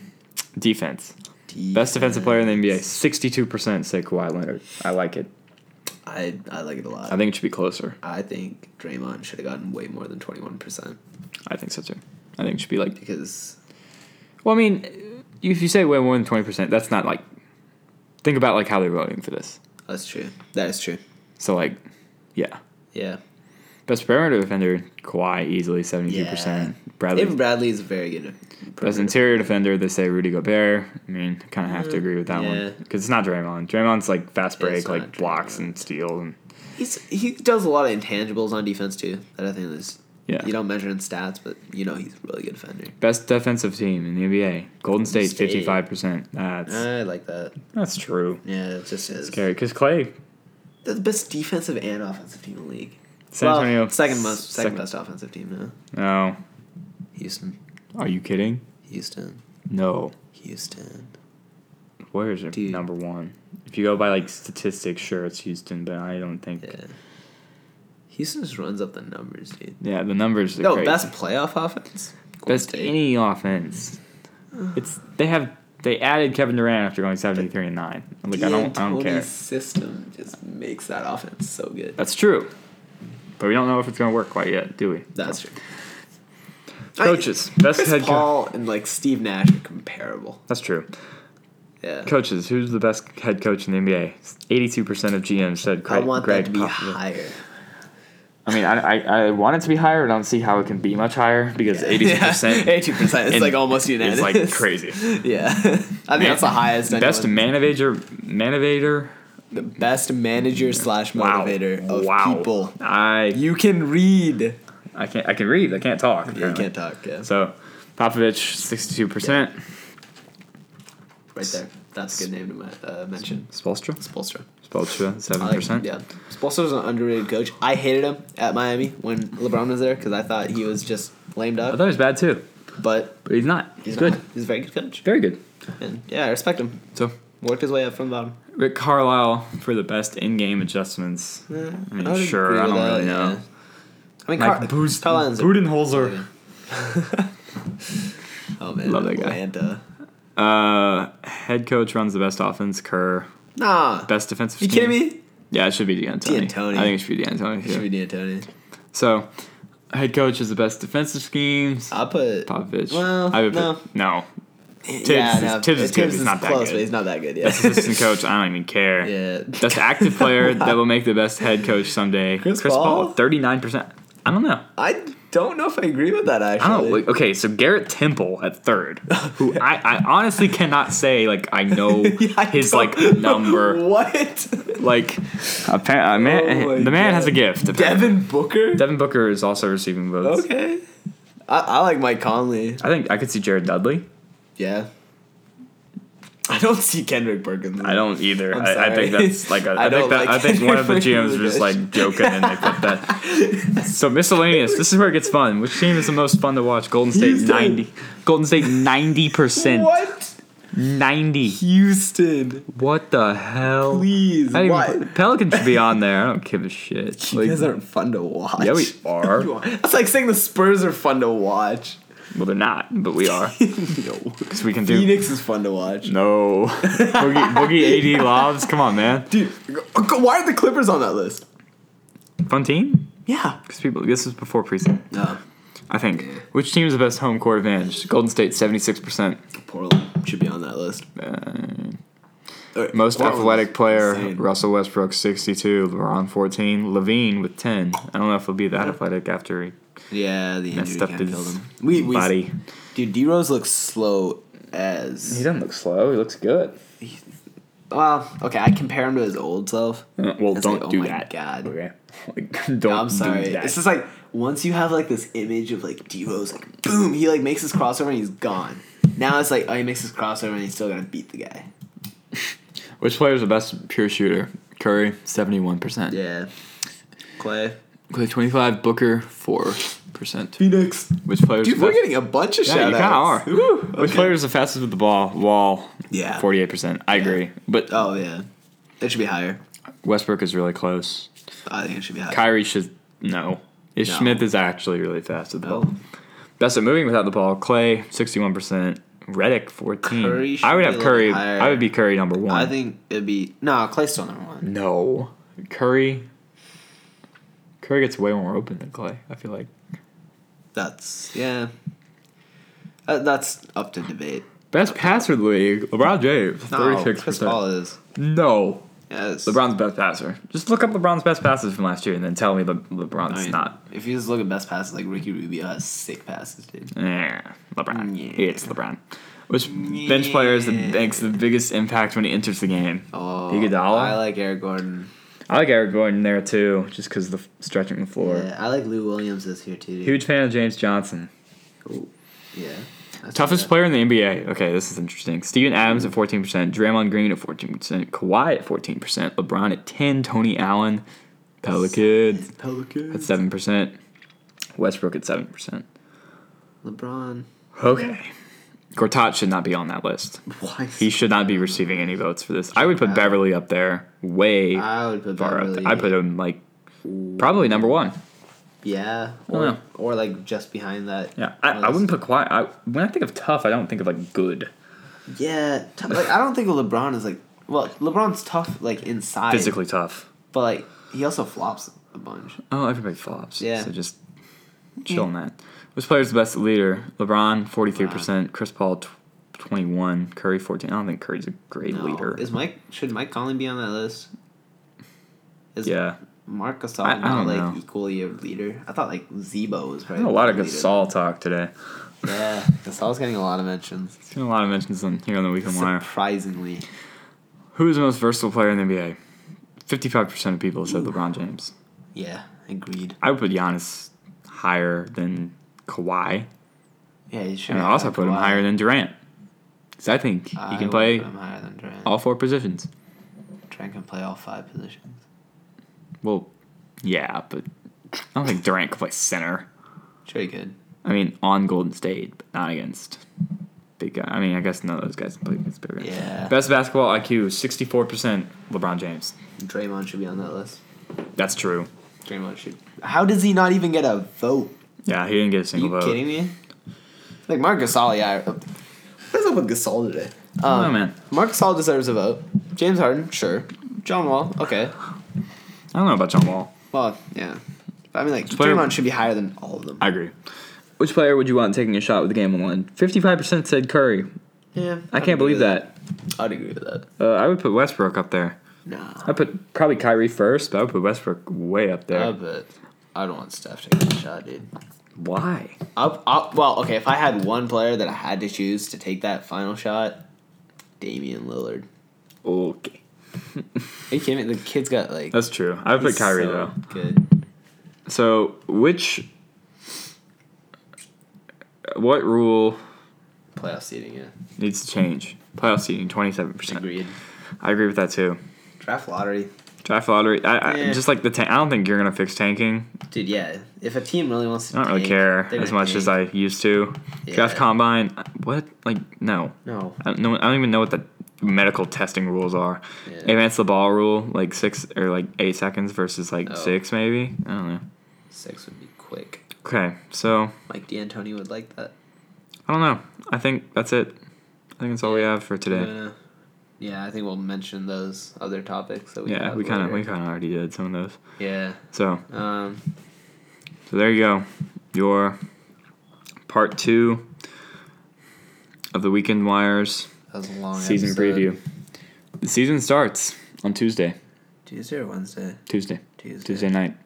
Speaker 1: defense. Best defensive player in the NBA. Sixty-two percent say Kawhi Leonard. I like it.
Speaker 2: I I like it a lot.
Speaker 1: I think it should be closer.
Speaker 2: I think Draymond should have gotten way more than twenty one percent
Speaker 1: I think so too. I think it should be like.
Speaker 2: because
Speaker 1: Well, I mean, if you say way more than twenty percent, that's not like. Think about like how they're voting for this.
Speaker 2: that's true. That is true.
Speaker 1: So like, yeah.
Speaker 2: Yeah.
Speaker 1: Best perimeter defender, Kawhi easily seventy-two percent. Bradley.
Speaker 2: Even Bradley is a very good.
Speaker 1: Best interior defender, they say Rudy Gobert. I mean, kind of have to agree with that
Speaker 2: Mm, Yeah.
Speaker 1: one because it's not Draymond. Draymond's like fast break,
Speaker 2: It's not
Speaker 1: like blocks
Speaker 2: Draymond.
Speaker 1: and steals, and
Speaker 2: He's he does a lot of intangibles on defense too. That I think is
Speaker 1: yeah.
Speaker 2: you don't measure in stats, but you know he's a really good defender.
Speaker 1: Best defensive team in the NBA, Golden State,
Speaker 2: State. Uh,
Speaker 1: fifty-five percent. That's
Speaker 2: I like that.
Speaker 1: that's true.
Speaker 2: Yeah, it just is.
Speaker 1: Scary because Clay,
Speaker 2: They're the best defensive and offensive team in the league.
Speaker 1: San
Speaker 2: Well,
Speaker 1: Antonio,
Speaker 2: second most, second,
Speaker 1: second-
Speaker 2: best offensive team now.
Speaker 1: No,
Speaker 2: Houston,
Speaker 1: Oh. are you kidding?
Speaker 2: Houston,
Speaker 1: No,
Speaker 2: Houston.
Speaker 1: Warriors are
Speaker 2: Dude.
Speaker 1: number one. If you go by like statistics, sure it's Houston, but I don't think. Yeah,
Speaker 2: Yeah, Houston just runs up the numbers, dude.
Speaker 1: the numbers. Are
Speaker 2: No,
Speaker 1: crazy.
Speaker 2: best playoff offense. Golden
Speaker 1: best
Speaker 2: State.
Speaker 1: any offense. It's they have they added Kevin Durant after going seventy three and nine. I'm like I don't I don't
Speaker 2: D'Antoni's
Speaker 1: care.
Speaker 2: System just makes that offense so good.
Speaker 1: That's true, but we don't know if it's gonna work quite yet, do we?
Speaker 2: That's true.
Speaker 1: Coaches,
Speaker 2: I,
Speaker 1: best
Speaker 2: Chris
Speaker 1: head coach.
Speaker 2: Paul and like Steve Nash are comparable.
Speaker 1: That's true.
Speaker 2: Yeah,
Speaker 1: Coaches, who's the best head coach in the NBA? Eighty-two percent of GMs said
Speaker 2: I
Speaker 1: Greg.
Speaker 2: want
Speaker 1: Greg
Speaker 2: that to be
Speaker 1: Popovich.
Speaker 2: higher. [LAUGHS]
Speaker 1: I mean, I, I I want it to be higher, but I don't see how it can be much higher because eighty-two
Speaker 2: [LAUGHS]
Speaker 1: percent
Speaker 2: eighty percent. It's
Speaker 1: And
Speaker 2: like almost
Speaker 1: is
Speaker 2: unanimous.
Speaker 1: like
Speaker 2: [LAUGHS]
Speaker 1: crazy.
Speaker 2: Yeah, I think that's the highest.
Speaker 1: Best
Speaker 2: anyone-
Speaker 1: manager, manager.
Speaker 2: the best manager slash
Speaker 1: Wow,
Speaker 2: motivator of
Speaker 1: wow.
Speaker 2: people.
Speaker 1: I
Speaker 2: You can read.
Speaker 1: I can't I can read. I can't talk.
Speaker 2: Yeah, you
Speaker 1: apparently.
Speaker 2: can't talk. Yeah,
Speaker 1: So, Popovich, sixty-two percent.
Speaker 2: right there. That's a good name to ma- uh, mention.
Speaker 1: Spolstra,
Speaker 2: Spolstra.
Speaker 1: Spolstra,
Speaker 2: I
Speaker 1: seven
Speaker 2: like-
Speaker 1: percent.
Speaker 2: Yeah, Spolstra's an underrated coach. I hated him at Miami when LeBron was there because I thought he was just lame
Speaker 1: I
Speaker 2: duck.
Speaker 1: thought he was bad too,
Speaker 2: But
Speaker 1: but he's not. He's,
Speaker 2: he's
Speaker 1: good.
Speaker 2: Not, he's a very good coach,
Speaker 1: Very good.
Speaker 2: and yeah, I respect him.
Speaker 1: So,
Speaker 2: Worked his way up from the bottom.
Speaker 1: Rick Carlisle for the best in-game adjustments.
Speaker 2: Eh,
Speaker 1: I mean,
Speaker 2: would
Speaker 1: sure,
Speaker 2: agree
Speaker 1: I
Speaker 2: with
Speaker 1: don't
Speaker 2: that,
Speaker 1: really know.
Speaker 2: yeah. I mean,
Speaker 1: Mike
Speaker 2: Car-
Speaker 1: Bus-
Speaker 2: Carlisle's a-
Speaker 1: Budenholzer.
Speaker 2: oh man,
Speaker 1: Love that guy.
Speaker 2: Atlanta.
Speaker 1: Uh, head coach runs the best offense. Kerr,
Speaker 2: Nah.
Speaker 1: best defensive.
Speaker 2: You kidding me?
Speaker 1: Yeah, it should be D'Antoni.
Speaker 2: D'Antoni.
Speaker 1: I think it should be D'Antoni.
Speaker 2: Should
Speaker 1: Too.
Speaker 2: be D'Antoni.
Speaker 1: So, head coach is the best defensive schemes.
Speaker 2: I'll put.
Speaker 1: Popovich.
Speaker 2: Uh, Well,
Speaker 1: I would
Speaker 2: no.
Speaker 1: put, no.
Speaker 2: Tibbs,
Speaker 1: is- Tibbs is good, he's not that
Speaker 2: close,
Speaker 1: good.
Speaker 2: but he's not that good. Yeah.
Speaker 1: Best assistant coach. I don't even care.
Speaker 2: [LAUGHS] yeah.
Speaker 1: Best active
Speaker 2: [LAUGHS]
Speaker 1: player that will make the best head coach someday.
Speaker 2: Chris Paul?
Speaker 1: thirty nine percent. I don't know.
Speaker 2: I don't know if I agree with that. Actually.
Speaker 1: I don't. Like, okay, so Garrett Temple at third,
Speaker 2: [LAUGHS]
Speaker 1: who I, I honestly cannot say like I know
Speaker 2: Yeah, I
Speaker 1: his
Speaker 2: don't-
Speaker 1: like number. [LAUGHS]
Speaker 2: [LAUGHS] What?
Speaker 1: Like, appa- uh, man,
Speaker 2: Oh my
Speaker 1: the man
Speaker 2: God.
Speaker 1: has a gift. apparently.
Speaker 2: Devin Booker?
Speaker 1: Devin Booker is also receiving votes.
Speaker 2: Okay. I, I like Mike Conley.
Speaker 1: I think I could see Jared Dudley.
Speaker 2: Yeah. I don't see Kendrick Perkins.
Speaker 1: I don't either.
Speaker 2: I'm
Speaker 1: I, I think
Speaker 2: sorry.
Speaker 1: that's like a
Speaker 2: [LAUGHS] I
Speaker 1: I think
Speaker 2: don't
Speaker 1: that
Speaker 2: like
Speaker 1: I think one of
Speaker 2: [LAUGHS]
Speaker 1: the
Speaker 2: Kendrick
Speaker 1: GMs was
Speaker 2: Perkins.
Speaker 1: like joking and they put that.
Speaker 2: [LAUGHS]
Speaker 1: So miscellaneous. This is where it gets fun. Which team is the most fun to watch? Golden State
Speaker 2: Houston.
Speaker 1: ninety. Golden State ninety percent.
Speaker 2: What?
Speaker 1: Ninety.
Speaker 2: Houston.
Speaker 1: What the hell?
Speaker 2: Please.
Speaker 1: I
Speaker 2: Why?
Speaker 1: didn't even- Pelicans should be on there. I don't give a [LAUGHS] shit.
Speaker 2: you
Speaker 1: Like,
Speaker 2: guys aren't fun to watch.
Speaker 1: yeah, [LAUGHS] we are.
Speaker 2: [LAUGHS] You are. That's like saying the Spurs are fun
Speaker 1: [LAUGHS]
Speaker 2: to watch. [LAUGHS]
Speaker 1: Well, they're not, but we [LAUGHS] are
Speaker 2: no.
Speaker 1: because we can do.
Speaker 2: Phoenix is fun to watch.
Speaker 1: No, boogie, [LAUGHS] boogie AD lobs. Come on, man.
Speaker 2: Dude, g- why are the Clippers on that list?
Speaker 1: Fun team.
Speaker 2: Yeah.
Speaker 1: Because people, this is before preseason.
Speaker 2: No.
Speaker 1: I think. Which team is the best home court advantage? Golden State, 76%.
Speaker 2: Portland should be on that list. Or-
Speaker 1: Uh, Most
Speaker 2: Portland's
Speaker 1: athletic player,
Speaker 2: insane.
Speaker 1: Russell Westbrook, 62. LeBron, 14. Levine with 10. I don't know if he'll be that athletic after he
Speaker 2: Yeah, the
Speaker 1: messed
Speaker 2: injury
Speaker 1: up
Speaker 2: kind of killed
Speaker 1: his
Speaker 2: him. We, we,
Speaker 1: body.
Speaker 2: Dude, D Rose looks slow as.
Speaker 1: doesn't look slow. He looks good.
Speaker 2: Well, okay, I compare him to his old self.
Speaker 1: Uh, Well,
Speaker 2: It's
Speaker 1: don't
Speaker 2: like, oh
Speaker 1: do
Speaker 2: my
Speaker 1: that.
Speaker 2: God.
Speaker 1: Okay. [LAUGHS] Like, don't
Speaker 2: I'm sorry.
Speaker 1: do that.
Speaker 2: It's just like once you have like this image of like D Rose, like boom, he like makes his crossover and he's gone. Now it's like oh, he makes his crossover and he's still gonna beat the guy.
Speaker 1: Which player is the best pure shooter? Curry, 71%.
Speaker 2: Yeah. Clay.
Speaker 1: Clay, 25. Booker, 4%.
Speaker 2: Phoenix.
Speaker 1: Which player is
Speaker 2: Dude,
Speaker 1: the
Speaker 2: we're
Speaker 1: best?
Speaker 2: getting a bunch of
Speaker 1: Yeah, you
Speaker 2: shout outs.
Speaker 1: kinda Which player is the fastest with the ball? Wall.
Speaker 2: Yeah.
Speaker 1: Forty-eight percent. I agree, but
Speaker 2: Oh yeah. It should be higher.
Speaker 1: Westbrook is really close.
Speaker 2: I think it should be higher.
Speaker 1: Kyrie should no. Ish
Speaker 2: No.
Speaker 1: Smith is actually really fast with the ball.
Speaker 2: Oh.
Speaker 1: Best at moving without the ball. Clay sixty-one percent. Reddick fourteen.
Speaker 2: Curry should
Speaker 1: I would
Speaker 2: be a
Speaker 1: have
Speaker 2: little
Speaker 1: Curry.
Speaker 2: higher.
Speaker 1: I would be Curry number one.
Speaker 2: I think it'd be no, Clay's still number one.
Speaker 1: no. Curry. Curry gets way more open than Clay. I feel like
Speaker 2: That's yeah. Uh, that's up to debate.
Speaker 1: best passer in the league. LeBron James
Speaker 2: No,
Speaker 1: thirty-six
Speaker 2: Chris
Speaker 1: percent.
Speaker 2: Paul is.
Speaker 1: No.
Speaker 2: Yes.
Speaker 1: LeBron's best passer. Just look up LeBron's best passes from last year, and then tell me Le- LeBron's
Speaker 2: I mean,
Speaker 1: not
Speaker 2: If you just look at best passes, like Ricky Rubio has sick passes, dude.
Speaker 1: Yeah, LeBron.
Speaker 2: Yeah.
Speaker 1: It's LeBron. Which bench player is the,
Speaker 2: Yeah.
Speaker 1: makes the biggest impact when he enters the game?
Speaker 2: Oh,
Speaker 1: Iguodala?
Speaker 2: I like Eric Gordon.
Speaker 1: I like Eric Gordon there too, just because the f- stretching the floor.
Speaker 2: Yeah, I like Lou Williams this year too. Dude.
Speaker 1: Huge fan of James Johnson.
Speaker 2: Ooh, yeah. That's
Speaker 1: Toughest
Speaker 2: not
Speaker 1: player in the NBA. Okay, this is interesting. Steven Adams at 14%, Draymond Green at 14%, Kawhi at 14%, LeBron at 10 Tony Allen, Pelican
Speaker 2: bad. Pelicans.
Speaker 1: at 7%, Westbrook at 7%.
Speaker 2: LeBron. [LAUGHS]
Speaker 1: Okay. Gortat should not be on that list.
Speaker 2: Why?
Speaker 1: He should not be receiving any votes for this. I would put Beverly up there, way
Speaker 2: I would put
Speaker 1: far up
Speaker 2: Beverly.
Speaker 1: there. I put him like probably number one.
Speaker 2: Yeah.
Speaker 1: don't
Speaker 2: Or,
Speaker 1: know.
Speaker 2: or like just behind that.
Speaker 1: Oh, Yeah, I, I wouldn't put Kawhi. I, when I think of tough, I don't think of like good,
Speaker 2: Yeah. T- like I don't think LeBron is like. Well, LeBron's tough like inside.
Speaker 1: physically tough.
Speaker 2: But like he also flops a bunch.
Speaker 1: Oh, everybody flops.
Speaker 2: Yeah.
Speaker 1: so just chill on that. Which player's the best leader? LeBron, forty three percent. Chris Paul, tw- twenty one. Curry, fourteen. I don't think Curry's a great
Speaker 2: No.
Speaker 1: leader.
Speaker 2: Is Mike should Mike Conley be on that list? Is
Speaker 1: yeah,
Speaker 2: Mark Gasol
Speaker 1: I- I
Speaker 2: not
Speaker 1: don't
Speaker 2: like
Speaker 1: know.
Speaker 2: equally a leader? I thought like Zebo was
Speaker 1: I
Speaker 2: probably
Speaker 1: had a lot of
Speaker 2: the leader.
Speaker 1: Gasol talk today.
Speaker 2: Yeah, Gasol's getting a lot of mentions.
Speaker 1: Seen a lot of mentions on here on the Weekend Wire.
Speaker 2: Surprisingly,
Speaker 1: Who is the most versatile player in the NBA? Fifty five percent of people said LeBron James.
Speaker 2: yeah, agreed.
Speaker 1: I would put Giannis higher than Kawhi,
Speaker 2: Yeah, you should.
Speaker 1: and I
Speaker 2: have
Speaker 1: also put him
Speaker 2: Kawhi.
Speaker 1: higher than Durant, because I think he
Speaker 2: I
Speaker 1: can
Speaker 2: would
Speaker 1: play
Speaker 2: Put him higher than Durant.
Speaker 1: all four positions.
Speaker 2: Durant can play all five positions.
Speaker 1: Well, yeah, but I don't think Durant could play center.
Speaker 2: Sure, he could.
Speaker 1: I mean, on Golden State, but not against big guy. I mean, I guess none of those guys can play against big guys.
Speaker 2: Yeah.
Speaker 1: Best basketball IQ, sixty four percent. LeBron James.
Speaker 2: Draymond should be on that list.
Speaker 1: That's true.
Speaker 2: Draymond should. How does he not even get a vote?
Speaker 1: Yeah, he didn't get a
Speaker 2: Are
Speaker 1: single
Speaker 2: you
Speaker 1: vote.
Speaker 2: kidding me? Like Mark Gasol, yeah. What's up with Gasol today?
Speaker 1: Oh
Speaker 2: Um,
Speaker 1: man,
Speaker 2: Mark Gasol deserves a vote. James Harden, sure. John Wall, okay.
Speaker 1: I don't know about John Wall.
Speaker 2: Well, yeah. But I mean, like
Speaker 1: player-
Speaker 2: Draymond should be higher than all of them.
Speaker 1: I agree. Which player would you want taking a shot with the game in one? Fifty-five percent said Curry.
Speaker 2: Yeah,
Speaker 1: I can't believe that.
Speaker 2: I'd agree with that.
Speaker 1: Uh, I would put Westbrook up there.
Speaker 2: Nah,
Speaker 1: I put probably Kyrie first, but I would put Westbrook way up there.
Speaker 2: I bet. I don't want Steph taking a shot, dude.
Speaker 1: Why?
Speaker 2: Up, up. Well, okay. If I had one player that I had to choose to take that final shot, Damian Lillard.
Speaker 1: Okay,
Speaker 2: Are you kidding me? The kid's got like.
Speaker 1: that's true. I would put
Speaker 2: he's
Speaker 1: Kyrie
Speaker 2: so
Speaker 1: though.
Speaker 2: Good.
Speaker 1: So which? What rule
Speaker 2: Playoff seating, yeah.
Speaker 1: needs to change? Playoff seating, twenty-seven percent.
Speaker 2: Agreed.
Speaker 1: I agree with that too.
Speaker 2: Draft lottery.
Speaker 1: Draft lottery. I, I
Speaker 2: Yeah.
Speaker 1: just like the. Tank, I don't think you're gonna fix tanking.
Speaker 2: Dude, yeah. If a team really wants to.
Speaker 1: I don't really
Speaker 2: tank,
Speaker 1: care
Speaker 2: they're
Speaker 1: as
Speaker 2: gonna
Speaker 1: much as
Speaker 2: tank.
Speaker 1: I used to. Draft
Speaker 2: Yeah.
Speaker 1: combine. uh, What? Like no.
Speaker 2: No.
Speaker 1: I don't know. I don't even know what the medical testing rules are.
Speaker 2: Yeah.
Speaker 1: Advance the ball rule, like six or like eight seconds versus like
Speaker 2: Oh.
Speaker 1: six, maybe. I don't know.
Speaker 2: Six would be quick.
Speaker 1: Okay, so
Speaker 2: Mike D'Antoni would like that.
Speaker 1: I don't know. I think that's it. I think that's all we have for
Speaker 2: I'm
Speaker 1: today.
Speaker 2: gonna- Yeah, I think we'll mention those other topics that we
Speaker 1: Yeah,
Speaker 2: have
Speaker 1: we kind of we
Speaker 2: later.
Speaker 1: kind of already did some of those.
Speaker 2: yeah.
Speaker 1: So
Speaker 2: Um,
Speaker 1: so there you go. Your part two of the weekend wires
Speaker 2: that was a long
Speaker 1: season
Speaker 2: episode.
Speaker 1: preview. The season starts on Tuesday.
Speaker 2: Tuesday or Wednesday?
Speaker 1: Tuesday.
Speaker 2: Tuesday.
Speaker 1: Tuesday night.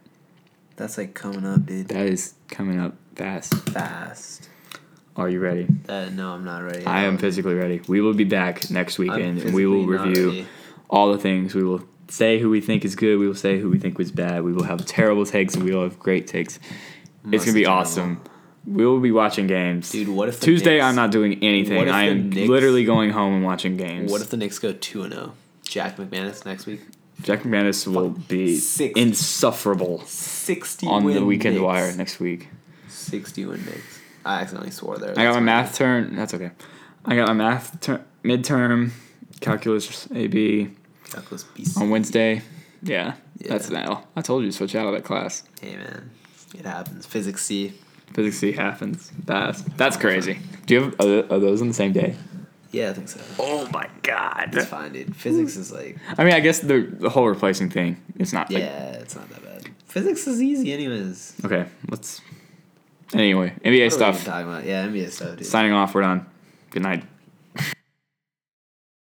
Speaker 2: That's like coming up, dude.
Speaker 1: That is coming up fast.
Speaker 2: Fast.
Speaker 1: Are you ready?
Speaker 2: That, no, I'm not ready.
Speaker 1: I am physically ready. We will be back next weekend and we will review all the things. We will say who we think is good. We will say who we think was bad. We will have terrible takes and we will have great takes. it's going to be
Speaker 2: terrible.
Speaker 1: awesome. We will be watching games.
Speaker 2: Dude, what if the
Speaker 1: Tuesday
Speaker 2: Knicks-
Speaker 1: I'm not doing
Speaker 2: what
Speaker 1: anything.
Speaker 2: if
Speaker 1: I
Speaker 2: the
Speaker 1: am
Speaker 2: Knicks-
Speaker 1: literally going home and watching games.
Speaker 2: What if the Knicks go two and zero? Jack McManus next week.
Speaker 1: Jack McManus will be
Speaker 2: six-
Speaker 1: insufferable
Speaker 2: Sixty
Speaker 1: on the
Speaker 2: win
Speaker 1: weekend
Speaker 2: Knicks.
Speaker 1: wire next week?
Speaker 2: Sixty win Knicks. I accidentally swore there.
Speaker 1: I got
Speaker 2: That's
Speaker 1: my
Speaker 2: fine.
Speaker 1: math turn. That's okay. I got my math ter- midterm calculus AB
Speaker 2: Calculus beast.
Speaker 1: on Wednesday. Yeah, that's
Speaker 2: Yeah.
Speaker 1: now. I told you to switch out of that class.
Speaker 2: Hey man, it happens. Physics C.
Speaker 1: Physics C happens. That's that's crazy. Do you have are, are those on the same day?
Speaker 2: Yeah, I think so.
Speaker 1: Oh my
Speaker 2: It's
Speaker 1: god.
Speaker 2: fine, dude. Physics is like,
Speaker 1: I mean, I guess the the whole replacing thing. It's not. Like,
Speaker 2: yeah, it's not that bad. Physics is easy, anyways.
Speaker 1: okay. Let's. Anyway, NBA
Speaker 2: What are we even
Speaker 1: stuff.
Speaker 2: Talking about yeah, NBA stuff, dude.
Speaker 1: Signing off. We're done. Good night.